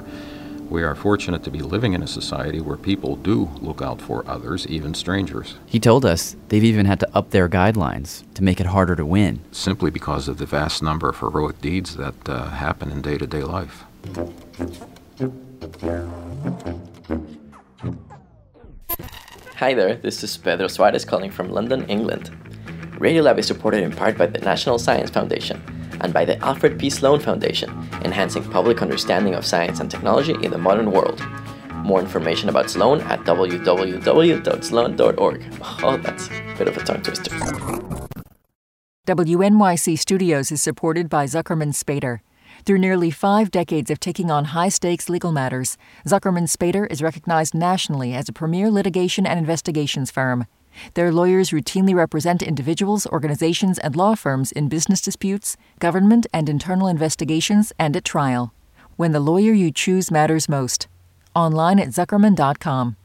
S25: we are fortunate to be living in a society where people do look out for others, even strangers,
S1: He told us they've even had to up their guidelines to make it harder to win.
S25: simply because of the vast number of heroic deeds that uh, happen in day to day life.
S10: Hi there, this is Pedro Suarez calling from London, England. Radiolab is supported in part by the National Science Foundation and by the Alfred P. Sloan Foundation, enhancing public understanding of science and technology in the modern world.
S27: More information about Sloan at www.sloan.org. Oh, that's a bit of a tongue twister.
S4: WNYC Studios is supported by Zuckerman Spader. Through nearly five decades of taking on high stakes legal matters, Zuckerman Spader is recognized nationally as a premier litigation and investigations firm. Their lawyers routinely represent individuals, organizations, and law firms in business disputes, government and internal investigations, and at trial. When the lawyer you choose matters most. Online at Zuckerman.com.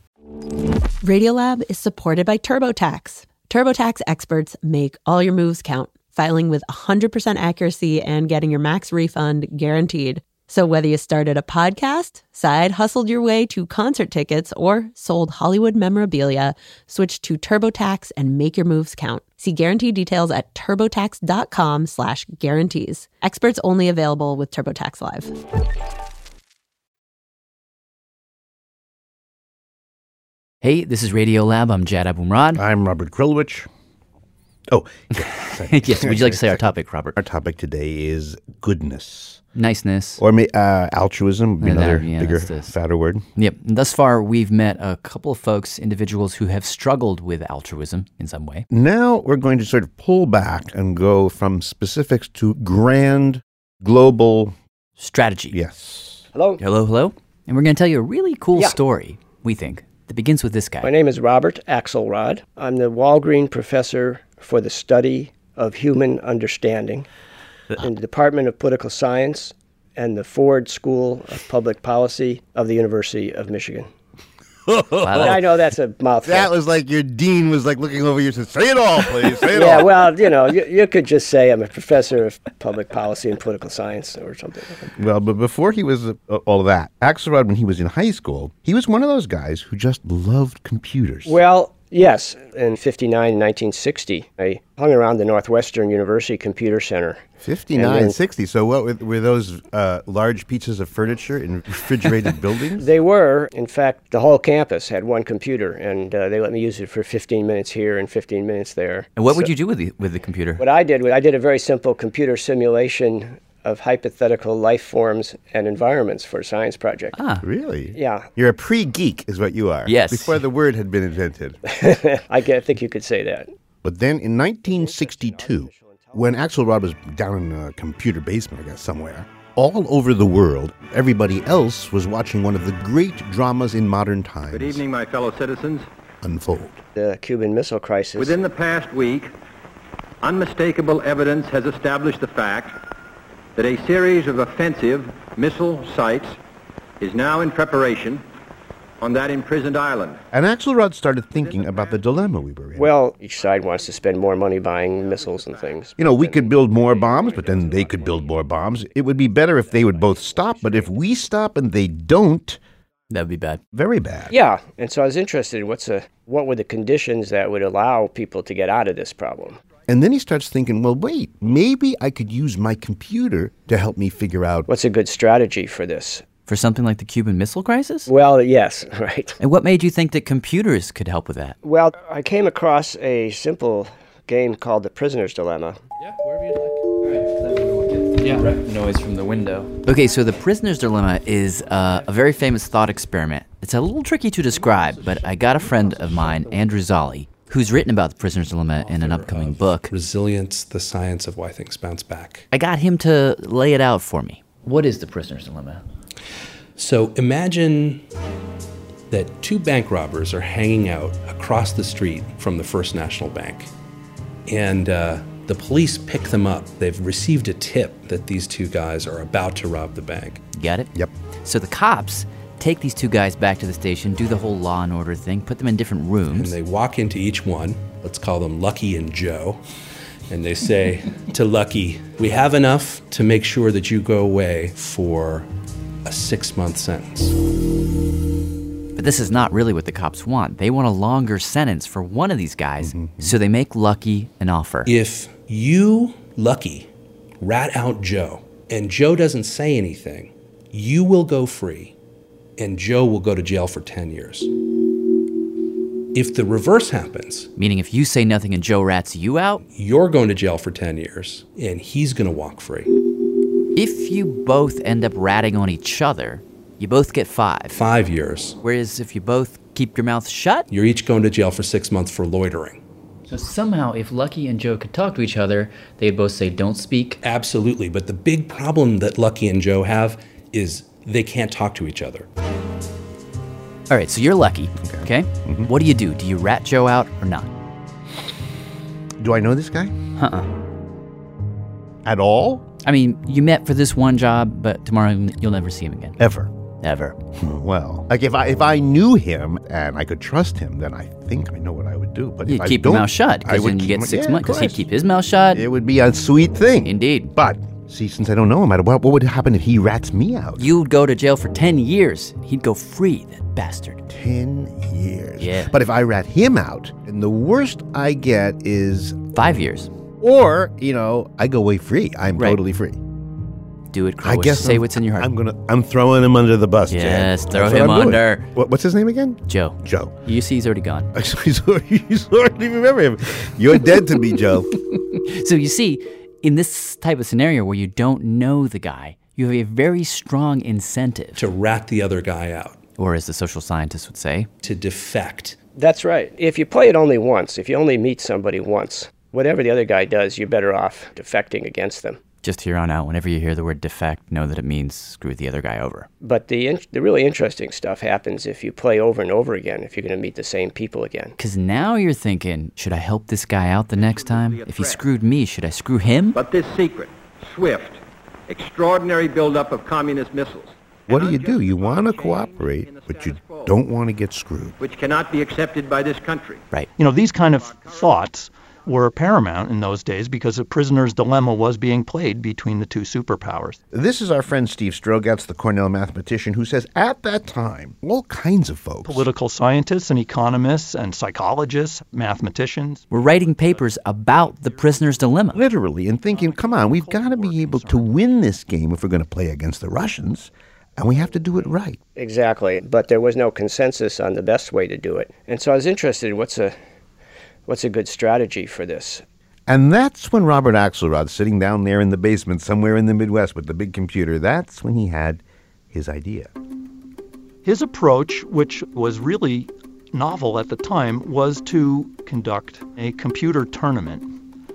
S20: Radiolab is supported by TurboTax. TurboTax experts make all your moves count, filing with 100% accuracy and getting your max refund guaranteed. So whether you started a podcast, side hustled your way to concert tickets, or sold Hollywood memorabilia, switch to TurboTax and make your moves count. See guarantee details at TurboTax.com slash guarantees. Experts only available with TurboTax Live.
S1: Hey, this is Radio Lab. I'm Jad Abumrad.
S3: I'm Robert Krulwich. Oh,
S1: yes. Would you like to say our topic, Robert?
S3: Our topic today is goodness,
S1: niceness,
S3: or may- uh, altruism. Would be
S1: Yeah, that-
S3: another
S1: yeah,
S3: bigger,
S1: that's this.
S3: fatter word.
S1: Yep. And thus far, we've met a couple of folks, individuals who have struggled with altruism in some way.
S3: Now we're going to sort of pull back and go from specifics to grand, global
S1: strategy.
S3: Yes.
S28: Hello.
S1: Hello, hello. And we're going to tell you a really cool
S28: Yeah.
S1: story, we think, that begins with this guy.
S28: My name is Robert Axelrod. I'm the Walgreen Professor for the Study of Human Understanding in the Department of Political Science and the Ford School of Public Policy of the University of Michigan. And I know that's a mouthful.
S3: That was like your dean was like looking over you and said, "Say it all, please. Say it
S28: yeah,
S3: all."
S28: well, you know, you, you could just say I'm a professor of public policy and political science or something.
S3: Well, but before he was uh, all of that, Axelrod, when he was in high school, he was one of those guys who just loved computers.
S28: Well, yes. In 59, 1960, I hung around the Northwestern University Computer Center.
S3: 59,
S28: And
S3: 60. So what were- were those uh, large pieces of furniture in refrigerated buildings?
S28: They were. In fact, the whole campus had one computer, and uh, they let me use it for 15 minutes here and 15 minutes there.
S1: And what would
S28: So-
S1: you do with the, with the computer?
S28: What I did was I did a very simple computer simulation of hypothetical life forms and environments for a science project.
S1: Oh.
S3: Really?
S28: Yeah.
S3: You're a pre-geek is what you are.
S28: Yes.
S3: Before the word had been invented.
S28: I get- I think you could say that.
S3: But then in 1962, when Axelrod was down in a computer basement, I guess, somewhere, all over the world, everybody else was watching one of the great dramas in modern times
S22: Good evening, my fellow citizens.
S3: unfold.
S28: The Cuban Missile Crisis.
S22: Within the past week, unmistakable evidence has established the fact that a series of offensive missile sites is now in preparation on that imprisoned island.
S3: And Axelrod started thinking about the dilemma we were in.
S28: Well, each side wants to spend more money buying missiles and things.
S3: You know, we could build more bombs, but then they could build more bombs. It would be better if they would both stop, but if we stop and they don't,
S1: that would be bad.
S3: Very bad.
S28: Yeah, and so I was interested in what's a, what were the conditions that would allow people to get out of this problem.
S3: And then he starts thinking, well, wait, maybe I could use my computer to help me figure out
S28: what's a good strategy for this.
S1: For something like the Cuban Missile Crisis?
S28: Well, yes, right.
S1: And what made you think that computers could help with that?
S28: Well, I came across a simple game called The Prisoner's Dilemma.
S29: Yeah. Noise from the window.
S1: Okay, so the prisoner's dilemma is uh, a very famous thought experiment. It's a little tricky to describe, but I got a friend of mine, Andrew Zolli, who's written about the prisoner's dilemma in an upcoming book.
S12: Resilience, the science of why things bounce back.
S1: I got him to lay it out for me. What is the prisoner's dilemma?
S12: So imagine that two bank robbers are hanging out across the street from the First National Bank, and uh, the police pick them up. They've received a tip that these two guys are about to rob the bank.
S1: Got it?
S3: Yep.
S1: So the cops take these two guys back to the station, do the whole law and order thing, put them in different
S12: And
S1: rooms.
S12: they walk into each one, let's call them Lucky and Joe, and they say to Lucky, We have enough to make sure that you go away for a six month sentence.
S1: But this is not really what the cops want. They want a longer sentence for one of these guys, so they make Lucky an offer.
S12: If you, Lucky, rat out Joe, and Joe doesn't say anything, you will go free, and Joe will go to jail for 10 years. If the reverse happens,
S1: meaning if you say nothing and Joe rats you out,
S12: you're going to jail for 10 years, and he's going to walk free.
S1: If you both end up ratting on each other, You both get five.
S12: Five years.
S1: Whereas if you both keep your mouth shut,
S12: you're each going to jail for six months for loitering.
S15: So somehow, if Lucky and Joe could talk to each other, they'd both say, don't speak.
S12: Absolutely. But the big problem that Lucky and Joe have is they can't talk to each other.
S1: All right, so you're lucky. Okay.
S3: Mm-hmm.
S1: What do you do? Do you rat Joe out or not?
S3: Do I know this guy?
S1: Uh uh
S3: At all?
S1: I mean, you met for this one job, but tomorrow you'll never see him again.
S3: Ever. Hmm,
S1: Ever.
S3: Well, like if I if I knew him and I could trust him, then I think I know what I would do. But
S1: You'd
S3: if
S1: keep
S3: I
S1: your
S3: don't,
S1: mouth shut, 'cause
S3: I would
S1: then you
S3: keep
S1: get
S3: my-
S1: six
S3: yeah,
S1: months, 'cause he'd
S3: correct.
S1: keep his mouth shut.
S3: It would be a sweet thing.
S1: Indeed.
S3: But see, since I don't know him, I, what what would happen if he rats me out?
S1: You'd go to jail for 10 years. He'd go free, that bastard.
S3: 10 years.
S1: Yeah.
S3: But if I rat him out, and the worst I get is
S1: five years.
S3: Or you know, I go away free. I'm totally free.
S1: Do it,
S3: I
S1: Crow.
S3: guess
S1: Say
S3: I'm-
S1: what's in your heart.
S3: I'm gonna. I'm throwing him under the bus. Jan.
S1: Yes, throw
S3: That's what
S1: him
S3: I'm doing.
S1: under.
S3: What, what's his name again?
S1: Joe.
S3: Joe.
S1: You see, he's already gone.
S3: Actually, he's already, he's already remember him. You're dead to me, Joe.
S1: so you see, in this type of scenario where you don't know the guy, you have a very strong incentive
S12: to rat the other guy out.
S1: Or as the social scientists would say,
S12: to defect.
S8: That's right. If you play it only once, if you only meet somebody once, whatever the other guy does, you're better off defecting against them.
S1: Just here on out, whenever you hear the word defect, know that it means screw the other guy over.
S8: But the, in- the really interesting stuff happens if you play over and over again, if you're going to meet the same people again.
S1: Because now you're thinking, should I help this guy out the next time? If he screwed me, should I screw him?
S11: But this secret, swift, extraordinary buildup of communist missiles,
S3: What do you do? You want to cooperate, but you don't want to get screwed.
S11: which cannot be accepted by this country.
S1: Right.
S14: You know, these kind of thoughts were paramount in those days because the prisoner's dilemma was being played between the two superpowers.
S3: This is our friend Steve Strogatz, the Cornell mathematician, who says at that time, all kinds of folks.
S14: Political scientists and economists and psychologists, mathematicians.
S1: We're writing papers about the prisoner's dilemma.
S3: Literally, and thinking, come on, we've got to be able to win this game if we're going to play against the Russians, and we have to do it right.
S8: Exactly, but there was no consensus on the best way to do it. And so I was interested in what's a what's a good strategy for this.
S3: And that's when Robert Axelrod's sitting down there in the basement somewhere in the Midwest with the big computer. That's when he had his idea.
S14: His approach, which was really novel at the time, was to conduct a computer tournament.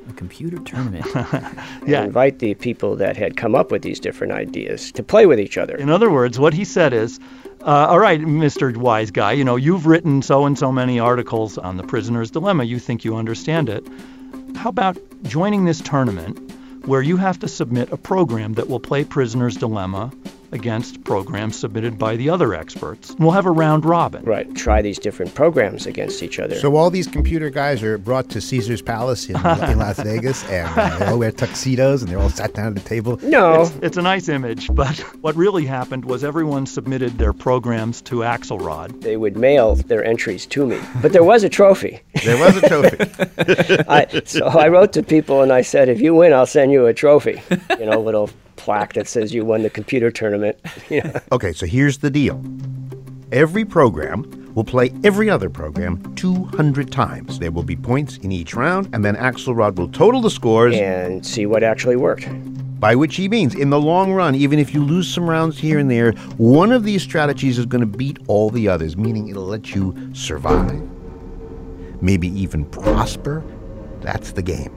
S1: A computer tournament.
S8: And invite the people that had come up with these different ideas to play with each other.
S14: In other words, what he said is, uh, all right, Mr. Wise Guy, you know, you've written so and so many articles on the prisoner's dilemma. You think you understand it. How about joining this tournament where you have to submit a program that will play prisoner's dilemma against programs submitted by the other experts? We'll have a round robin.
S8: Right. Try these different programs against each other.
S18: So all these computer guys are brought to Caesar's Palace in, in Las Vegas, and uh, they all wear tuxedos, and they're all sat down at the table.
S14: It's, it's a nice image, but what really happened was everyone submitted their programs to Axelrod.
S8: they would mail their entries to me. But there was a trophy.
S3: There was a trophy.
S8: I, so I wrote to people and I said, if you win, I'll send you a trophy. You know, a little plaque that says you won the computer tournament. You know.
S3: Okay, so here's the deal every program will play every other program 200 times. There will be points in each round, and then Axelrod will total the scores
S8: and see what actually worked.
S3: By which he means, in the long run, even if you lose some rounds here and there, one of these strategies is going to beat all the others, meaning it'll let you survive. Maybe even prosper. That's the game.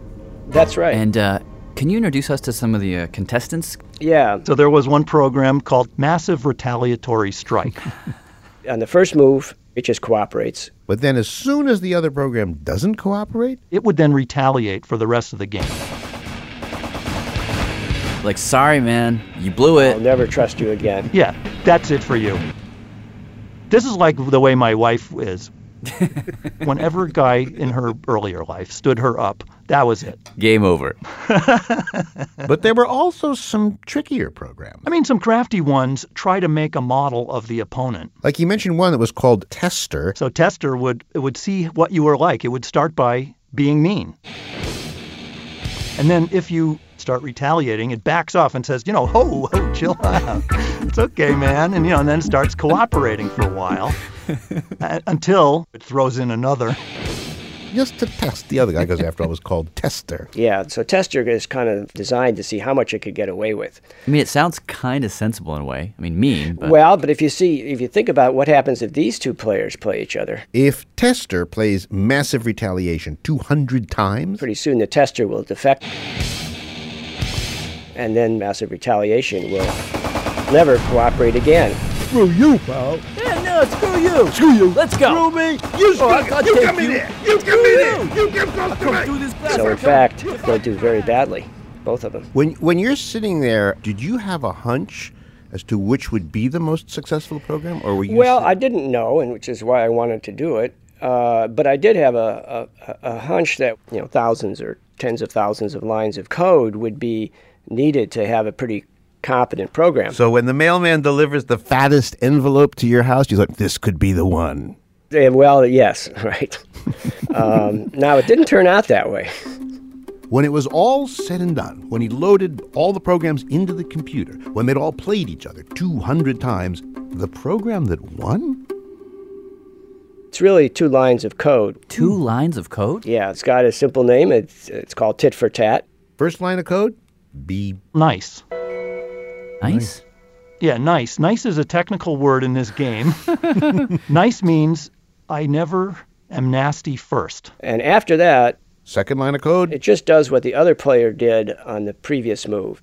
S8: That's right.
S1: And uh, can you introduce us to some of the uh, contestants?
S8: Yeah.
S14: So there was one program called Massive Retaliatory Strike.
S8: On the first move, it just cooperates.
S3: But then, as soon as the other program doesn't cooperate,
S14: it would then retaliate for the rest of the game.
S1: Like, sorry, man, you blew it. I'll
S8: never trust you again.
S14: Yeah, that's it for you. This is like the way my wife is. Whenever a guy in her earlier life stood her up, that was it.
S1: Game over.
S3: but there were also some trickier programs.
S14: I mean, some crafty ones try to make a model of the opponent.
S3: Like you mentioned one that was called Tester.
S14: So tester would it would see what you were like. It would start by being mean. And then if you start retaliating, it backs off and says, you know, ho, ho, chill out. It's okay, man. And you know, and then starts cooperating for a while uh, until it throws in another.
S3: just to test. The other guy, because after all, was called Tester.
S28: Yeah, so Tester is kind of designed to see how much it could get away with.
S1: I mean, it sounds kind of sensible in a way. I mean, mean, but
S28: Well, but if you see, if you think about what happens if these two players play each other,
S3: If Tester plays massive retaliation 200 times,
S28: pretty soon the tester will defect, and then massive retaliation will never cooperate again.
S14: Screw you, pal.
S28: Yeah, no, screw you. Screw you. Let's go. Screw me. You
S14: screw- you come in here.
S28: You
S14: come in here.
S28: You come close to me. So in fact, they'll do very badly, both of them.
S3: when when you're sitting there, did you have a hunch as to which would be the most successful program, or were you?
S28: Well, I didn't know, and which is why I wanted to do it. Uh, but I did have a, a, a hunch that you know thousands or tens of thousands of lines of code would be needed to have a pretty competent program.
S3: So when the mailman delivers the fattest envelope to your house, you thought this could be the one.
S28: Eh, well, yes, right. um, now it didn't turn out that way.
S3: When it was all said and done, when he loaded all the programs into the computer, when they'd all played each other 200 times, the program that won?
S28: It's really two lines of code.
S1: Two lines of code?
S28: Yeah, it's got a simple name. It's it's called tit for tat.
S3: First line of code, be
S14: nice.
S1: Nice?
S14: Yeah, nice. Nice is a technical word in this game. nice means I never am nasty first.
S28: And after that,
S3: second line of code,
S28: it just does what the other player did on the previous move.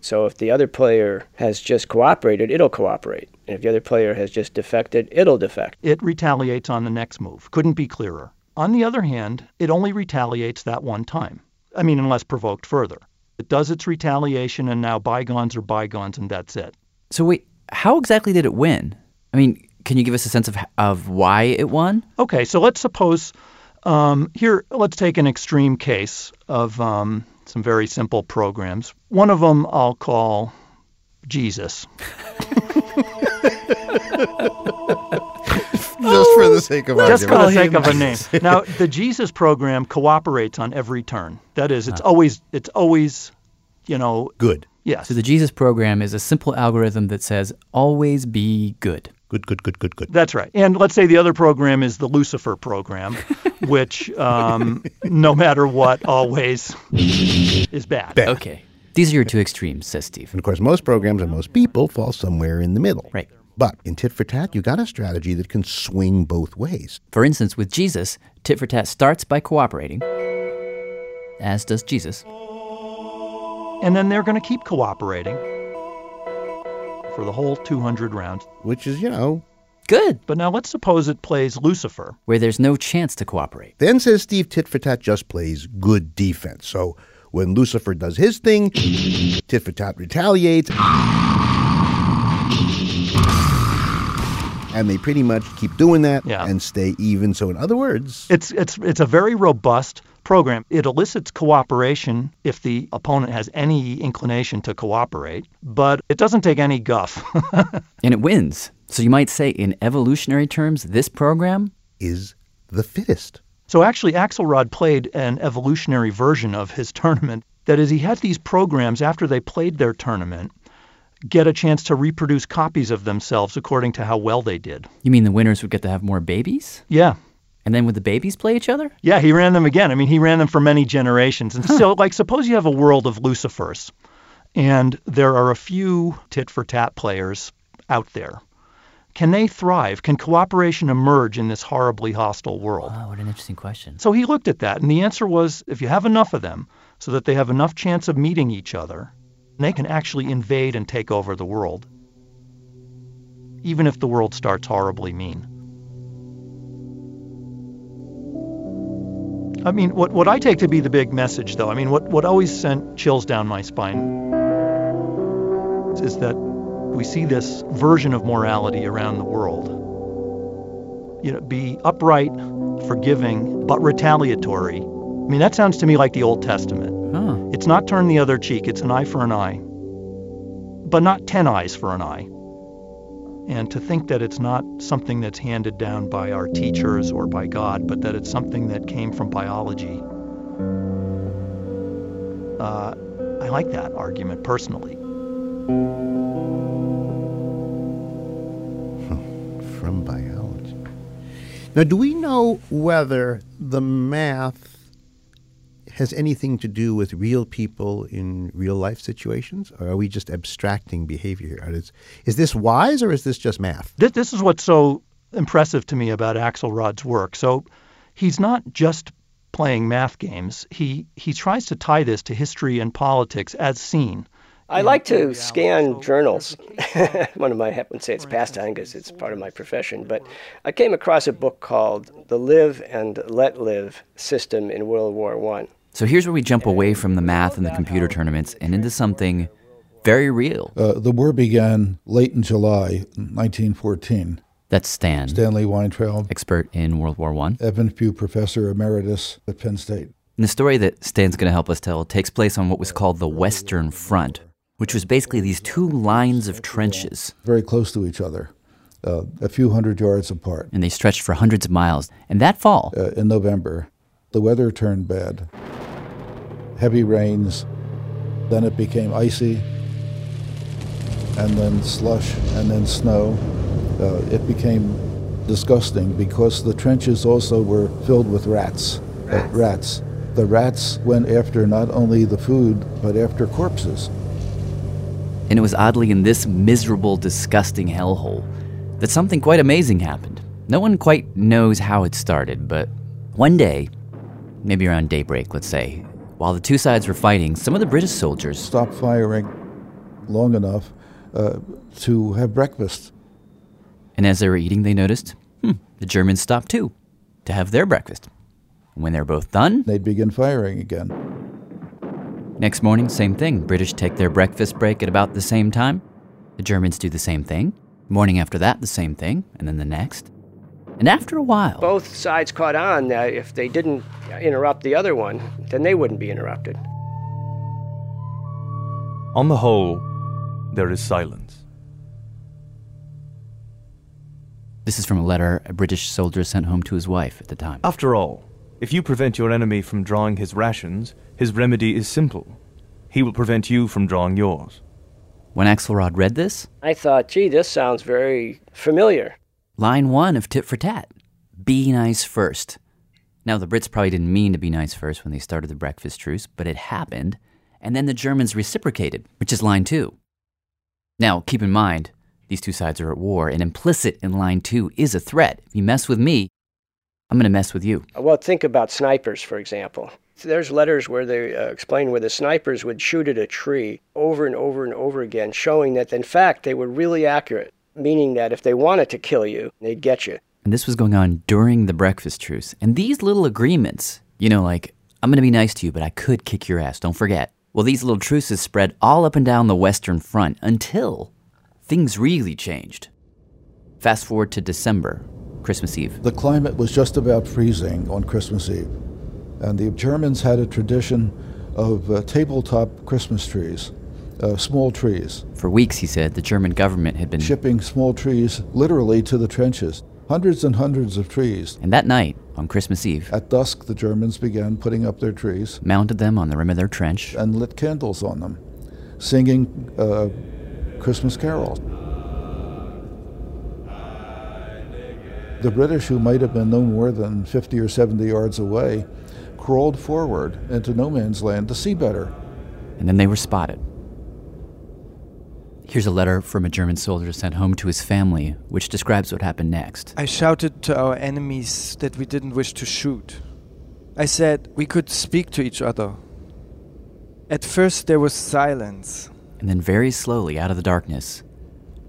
S28: So if the other player has just cooperated, it'll cooperate. And if the other player has just defected, it'll defect.
S14: It retaliates on the next move. Couldn't be clearer. On the other hand, it only retaliates that one time. I mean, unless provoked further. It does its retaliation, and now bygones are bygones, and that's it.
S1: So wait, how exactly did it win? I mean, can you give us a sense of of why it won?
S14: Okay, so let's suppose um, here, let's take an extreme case of um, some very simple programs. One of them I'll call Jesus.
S3: just for
S1: Oh,
S3: the sake of
S14: Just for the
S3: argument.
S14: sake of a name. Now, the Jesus program cooperates on every turn. That is,
S1: Ah.
S14: it's always, it's always, you know,
S3: good.
S14: Yes.
S1: So the Jesus program is a simple algorithm that says always be good.
S3: Good, good, good, good, good.
S14: That's right. And let's say the other program is the Lucifer program, which um, no matter what always is bad.
S1: Okay. These are your two extremes, says Steve.
S3: And of course, most programs and most people fall somewhere in the middle.
S1: Right.
S3: But in tit for tat, you got a strategy that can swing both ways.
S1: For instance, with Jesus, tit for tat starts by cooperating, as does Jesus.
S14: And then they're going to keep cooperating for the whole 200 rounds.
S3: Which is, you know,
S1: good.
S14: But now let's suppose it plays Lucifer.
S1: Where there's no chance to cooperate.
S3: Then says Steve, tit for tat just plays good defense. So when Lucifer does his thing, tit for tat retaliates. And they pretty much keep doing that and stay even. So, in other words,
S14: It's, it's, it's a very robust program. It elicits cooperation if the opponent has any inclination to cooperate, but it doesn't take any guff.
S1: And it wins. So you might say, in evolutionary terms, this program
S3: is the fittest.
S14: So actually, Axelrod played an evolutionary version of his tournament. That is, he had these programs after they played their tournament get a chance to reproduce copies of themselves according to how well they did.
S1: You mean the winners would get to have more babies?
S14: Yeah.
S1: And then would the babies play each other?
S14: Yeah, he ran them again. I mean, he ran them for many generations. And so, like, suppose you have a world of Lucifers, and there are a few tit for tat players out there. Can they thrive? Can cooperation emerge in this horribly hostile world?
S1: Oh, what an interesting question.
S14: So he looked at that, and the answer was if you have enough of them so that they have enough chance of meeting each other, they can actually invade and take over the world, even if the world starts horribly mean. I mean, what, what I take to be the big message, though, I mean, what, what always sent chills down my spine is that we see this version of morality around the world. You know, be upright, forgiving, but retaliatory. I mean, that sounds to me like the Old Testament.
S1: Huh.
S14: It's not turn the other cheek, it's an eye for an eye, but not ten eyes for an eye. And to think that it's not something that's handed down by our teachers or by God, but that it's something that came from biology. Uh, I like that argument personally.
S3: From biology. Now, do we know whether the math has anything to do with real people in real life situations, or are we just abstracting behavior here? Is, is this wise, or is this just math?
S14: This, this is what's so impressive to me about Axelrod's work. So he's not just playing math games. He he tries to tie this to history and politics as seen.
S8: I like to scan journals. One of my, I wouldn't say it's pastime because it's part of my profession, but I came across a book called The Live and Let Live System in World War One.
S1: So here's where we jump away from the math and the computer tournaments and into something very real.
S30: Uh, the war began late in July 1914.
S1: That's Stan,
S30: Stanley Weintraub,
S1: expert in World War One,
S30: Evan Pugh Professor Emeritus at Penn State.
S1: And the story that Stan's going to help us tell takes place on what was called the Western Front, which was basically these two lines of trenches.
S30: Very close to each other, uh, a few hundred yards apart.
S1: And they stretched for hundreds of miles. And that fall,
S30: Uh, in November, the weather turned bad. Heavy rains, then it became icy, and then slush, and then snow. Uh, it became disgusting because the trenches also were filled with rats. Rats. rats. The rats went after not only the food, but after corpses.
S1: and it was oddly in this miserable, disgusting hellhole that something quite amazing happened. No one quite knows how it started, but one day, maybe around daybreak, let's say, while the two sides were fighting, some of the British soldiers
S30: Stop firing long enough uh, to have breakfast.
S1: And as they were eating, they noticed hmm, the Germans stopped too to have their breakfast. When they're both done,
S30: they'd begin firing again.
S1: Next morning, same thing. British take their breakfast break at about the same time. The Germans do the same thing. Morning after that, the same thing, and then the next. And after a while,
S8: Both sides caught on that if they didn't interrupt the other one, then they wouldn't be interrupted.
S31: On the whole, there is silence.
S1: this is from a letter a British soldier sent home to his wife at the time.
S31: After all, if you prevent your enemy from drawing his rations, his remedy is simple. He will prevent you from drawing yours.
S1: When Axelrod read this,
S8: I thought, gee, this sounds very familiar.
S1: line one of Tit for Tat Be nice first. Now, the Brits probably didn't mean to be nice first when they started the breakfast truce, but it happened, and then the Germans reciprocated, which is line two. Now, keep in mind, these two sides are at war, and implicit in line two is a threat. If you mess with me, I'm going to mess with you.
S8: Well, think about snipers, for example. There's letters where they uh, explain where the snipers would shoot at a tree over and over and over again, showing that in fact they were really accurate, meaning that if they wanted to kill you, they'd get you.
S1: And this was going on during the breakfast truce. And these little agreements, you know, like, I'm going to be nice to you, but I could kick your ass, don't forget. Well, these little truces spread all up and down the Western Front until things really changed. Fast forward to December, Christmas Eve.
S30: The climate was just about freezing on Christmas Eve, and the Germans had a tradition of uh, tabletop Christmas trees, uh, small trees,
S1: For weeks, he said, the German government had been.
S30: shipping small trees literally to the trenches, hundreds and hundreds of trees.
S1: And that night, on Christmas Eve,
S30: At dusk, the Germans began putting up their trees
S1: mounted them on the rim of their trench.
S30: and lit candles on them, singing uh, Christmas carols. The British, who might have been no more than 50 or 70 yards away, crawled forward into no man's land to see better.
S1: and then they were spotted. Here's a letter from a German soldier sent home to his family, which describes what happened next.
S29: I shouted to our enemies that we didn't wish to shoot. I said we could speak to each other. At first, there was silence,
S1: And then, very slowly, out of the darkness,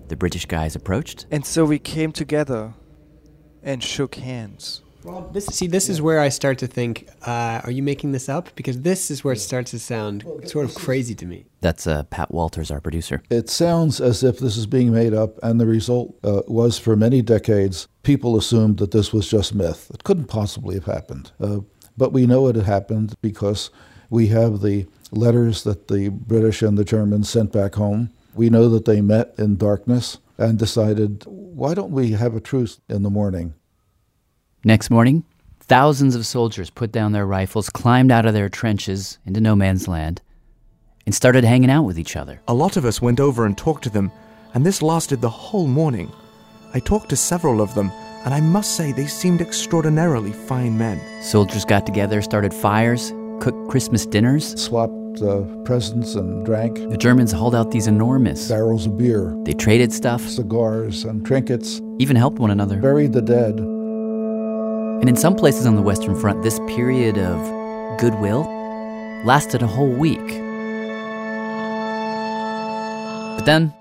S1: the British guys approached.
S29: and so we came together and shook hands.
S32: Well, this see, this is where I start to think: uh, Are you making this up? Because this is where it starts to sound sort of crazy to me.
S1: That's uh, Pat Walters, our producer.
S30: It sounds as if this is being made up, and the result uh, was for many decades, people assumed that this was just myth. It couldn't possibly have happened. Uh, but we know it had happened because we have the letters that the British and the Germans sent back home. We know that they met in darkness and decided, why don't we have a truce in the morning?
S1: Next morning, thousands of soldiers put down their rifles, climbed out of their trenches into no man's land, and started hanging out with each other.
S33: A lot of us went over and talked to them, and this lasted the whole morning. I talked to several of them,
S34: and I must say they seemed extraordinarily fine men.
S1: Soldiers got together, started fires, cooked Christmas dinners,
S30: swapped uh, presents, and drank.
S1: The Germans hauled out these enormous
S30: barrels of beer.
S1: They traded stuff,
S30: cigars, and trinkets.
S1: Even helped one another.
S30: Buried the dead.
S1: And in some places on the Western Front, this period of goodwill lasted a whole week. But then,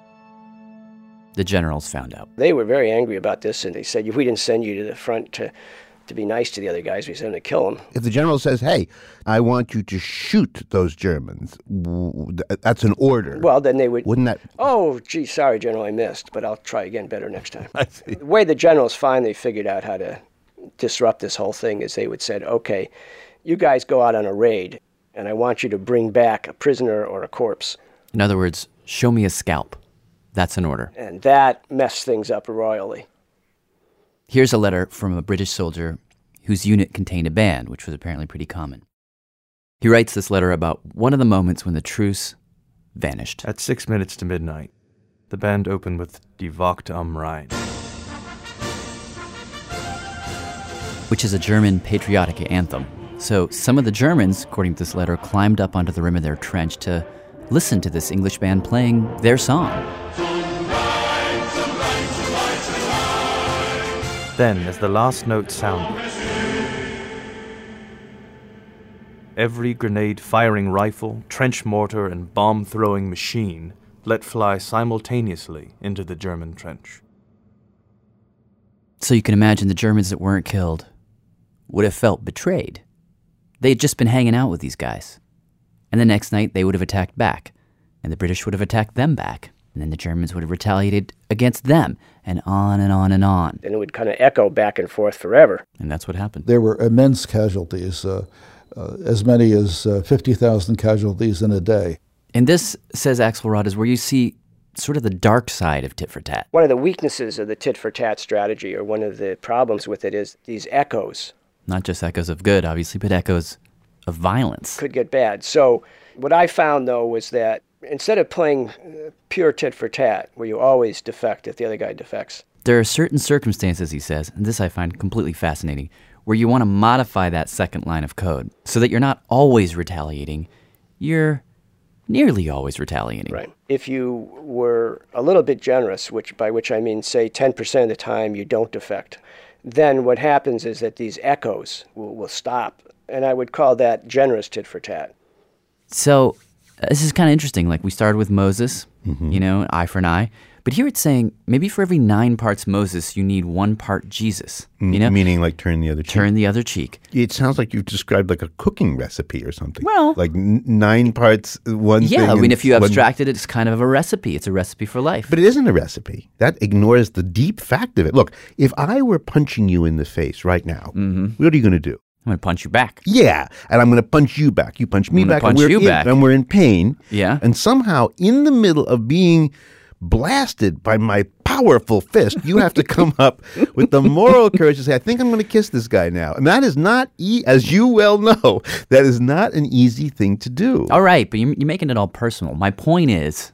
S1: the generals found out.
S28: They were very angry about this, and they said, if we didn't send you to the front to, to be nice to the other guys, we sent them to kill them.
S3: If the general says, hey, I want you to shoot those Germans, w- th- that's an order.
S28: Well, then they would.
S3: Wouldn't that.
S28: Oh, gee, sorry, General, I missed, but I'll try again better next time. I see. The way the generals finally figured out how to disrupt this whole thing is they would said, okay, you guys go out on a raid, and I want you to bring back a prisoner or a corpse.
S1: In other words, show me a scalp. That's an order.
S28: And that messed things up royally.
S1: Here's a letter from a British soldier whose unit contained a band, which was apparently pretty common. He writes this letter about one of the moments when the truce vanished.
S31: At six minutes to midnight, the band opened with Die Wacht am Rhein.
S1: which is a German patriotic anthem. So some of the Germans, according to this letter, climbed up onto the rim of their trench to listen to this English band playing their song.
S31: Then, as the last note sounded, every grenade firing rifle, trench mortar, and bomb throwing machine let fly simultaneously into the German trench.
S1: So you can imagine the Germans that weren't killed would have felt betrayed. They had just been hanging out with these guys. And the next night they would have attacked back, and the British would have attacked them back, and then the Germans would have retaliated against them, and on and on and on.
S28: And it would kind of echo back and forth forever.
S1: And that's what happened.
S30: There were immense casualties, uh, uh, as many as uh, 50,000 casualties in a day.
S1: And this, says Axelrod, is where you see sort of the dark side of tit for tat.
S28: One of the weaknesses of the tit for tat strategy, or one of the problems with it, is these echoes.
S1: Not just echoes of good, obviously, but echoes of violence.
S28: Could get bad. So, what I found though was that instead of playing uh, pure tit for tat, where you always defect if the other guy defects,
S1: there are certain circumstances, he says, and this I find completely fascinating, where you want to modify that second line of code so that you're not always retaliating. You're nearly always retaliating.
S28: Right. If you were a little bit generous, which by which I mean say 10% of the time you don't defect, then what happens is that these echoes will, will stop, and I would call that generous tit for tat.
S1: So uh, this is kind of interesting. Like we started with Moses, mm-hmm. you know, eye for an eye. But here it's saying maybe for every nine parts Moses, you need one part Jesus. You know,
S3: Mm, meaning like turn the other cheek.
S1: turn the other cheek.
S3: It sounds like you've described like a cooking recipe or something.
S1: Well,
S3: like n- nine parts one.
S1: Yeah, I mean, if you
S3: one...
S1: abstracted it, it's kind of a recipe. It's a recipe for life.
S3: But it isn't a recipe. That ignores the deep fact of it. Look, if I were punching you in the face right now, mm-hmm. what are you going to do?
S1: I'm going to punch you back.
S3: Yeah, and I'm going to punch you back. You punch me
S1: I'm
S3: back,
S1: punch
S3: and we're
S1: you
S3: in,
S1: back.
S3: and we're in pain.
S1: Yeah,
S3: and somehow in the middle of being blasted by my powerful fist, you have to come up with the moral courage to say, I think I'm going to kiss this guy now. And that is not, e- as you well know, that is not an easy thing to do.
S1: All right, but you're, you're making it all personal. My point is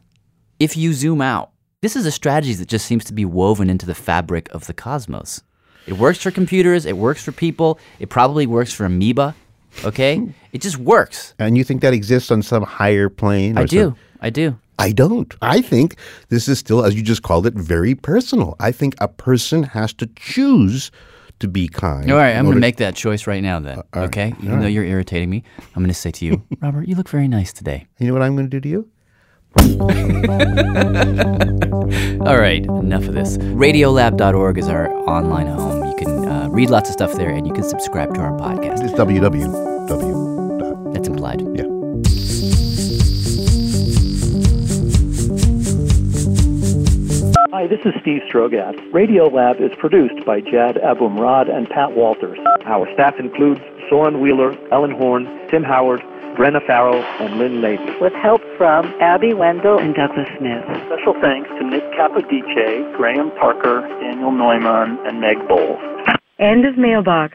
S1: if you zoom out, this is a strategy that just seems to be woven into the fabric of the cosmos. It works for computers, it works for people, it probably works for amoeba, okay? it just works.
S3: And you think that exists on some higher plane?
S1: I do.
S3: Some-
S1: I do.
S3: I don't. I think this is still, as you just called it, very personal. I think a person has to choose to be kind.
S1: All right, I'm going to make that choice right now then. Uh, okay? Right. Even though you're irritating me, I'm going to say to you, Robert, you look very nice today.
S3: You know what I'm going to do to you?
S1: All right, enough of this. Radiolab.org is our online home. You can uh, read lots of stuff there and you can subscribe to our podcast.
S3: It's www.
S1: That's implied.
S3: Yeah.
S19: Hi, this is Steve Strogath. Radio Lab is produced by Jad Abumrad and Pat Walters. Our staff includes Soren Wheeler, Ellen Horn, Tim Howard, Brenna Farrell, and Lynn Lady.
S14: With help from Abby Wendell
S35: and Douglas Smith.
S14: Special thanks to Nick Capodice, Graham Parker, Daniel Neumann, and Meg Bowles.
S35: End of mailbox.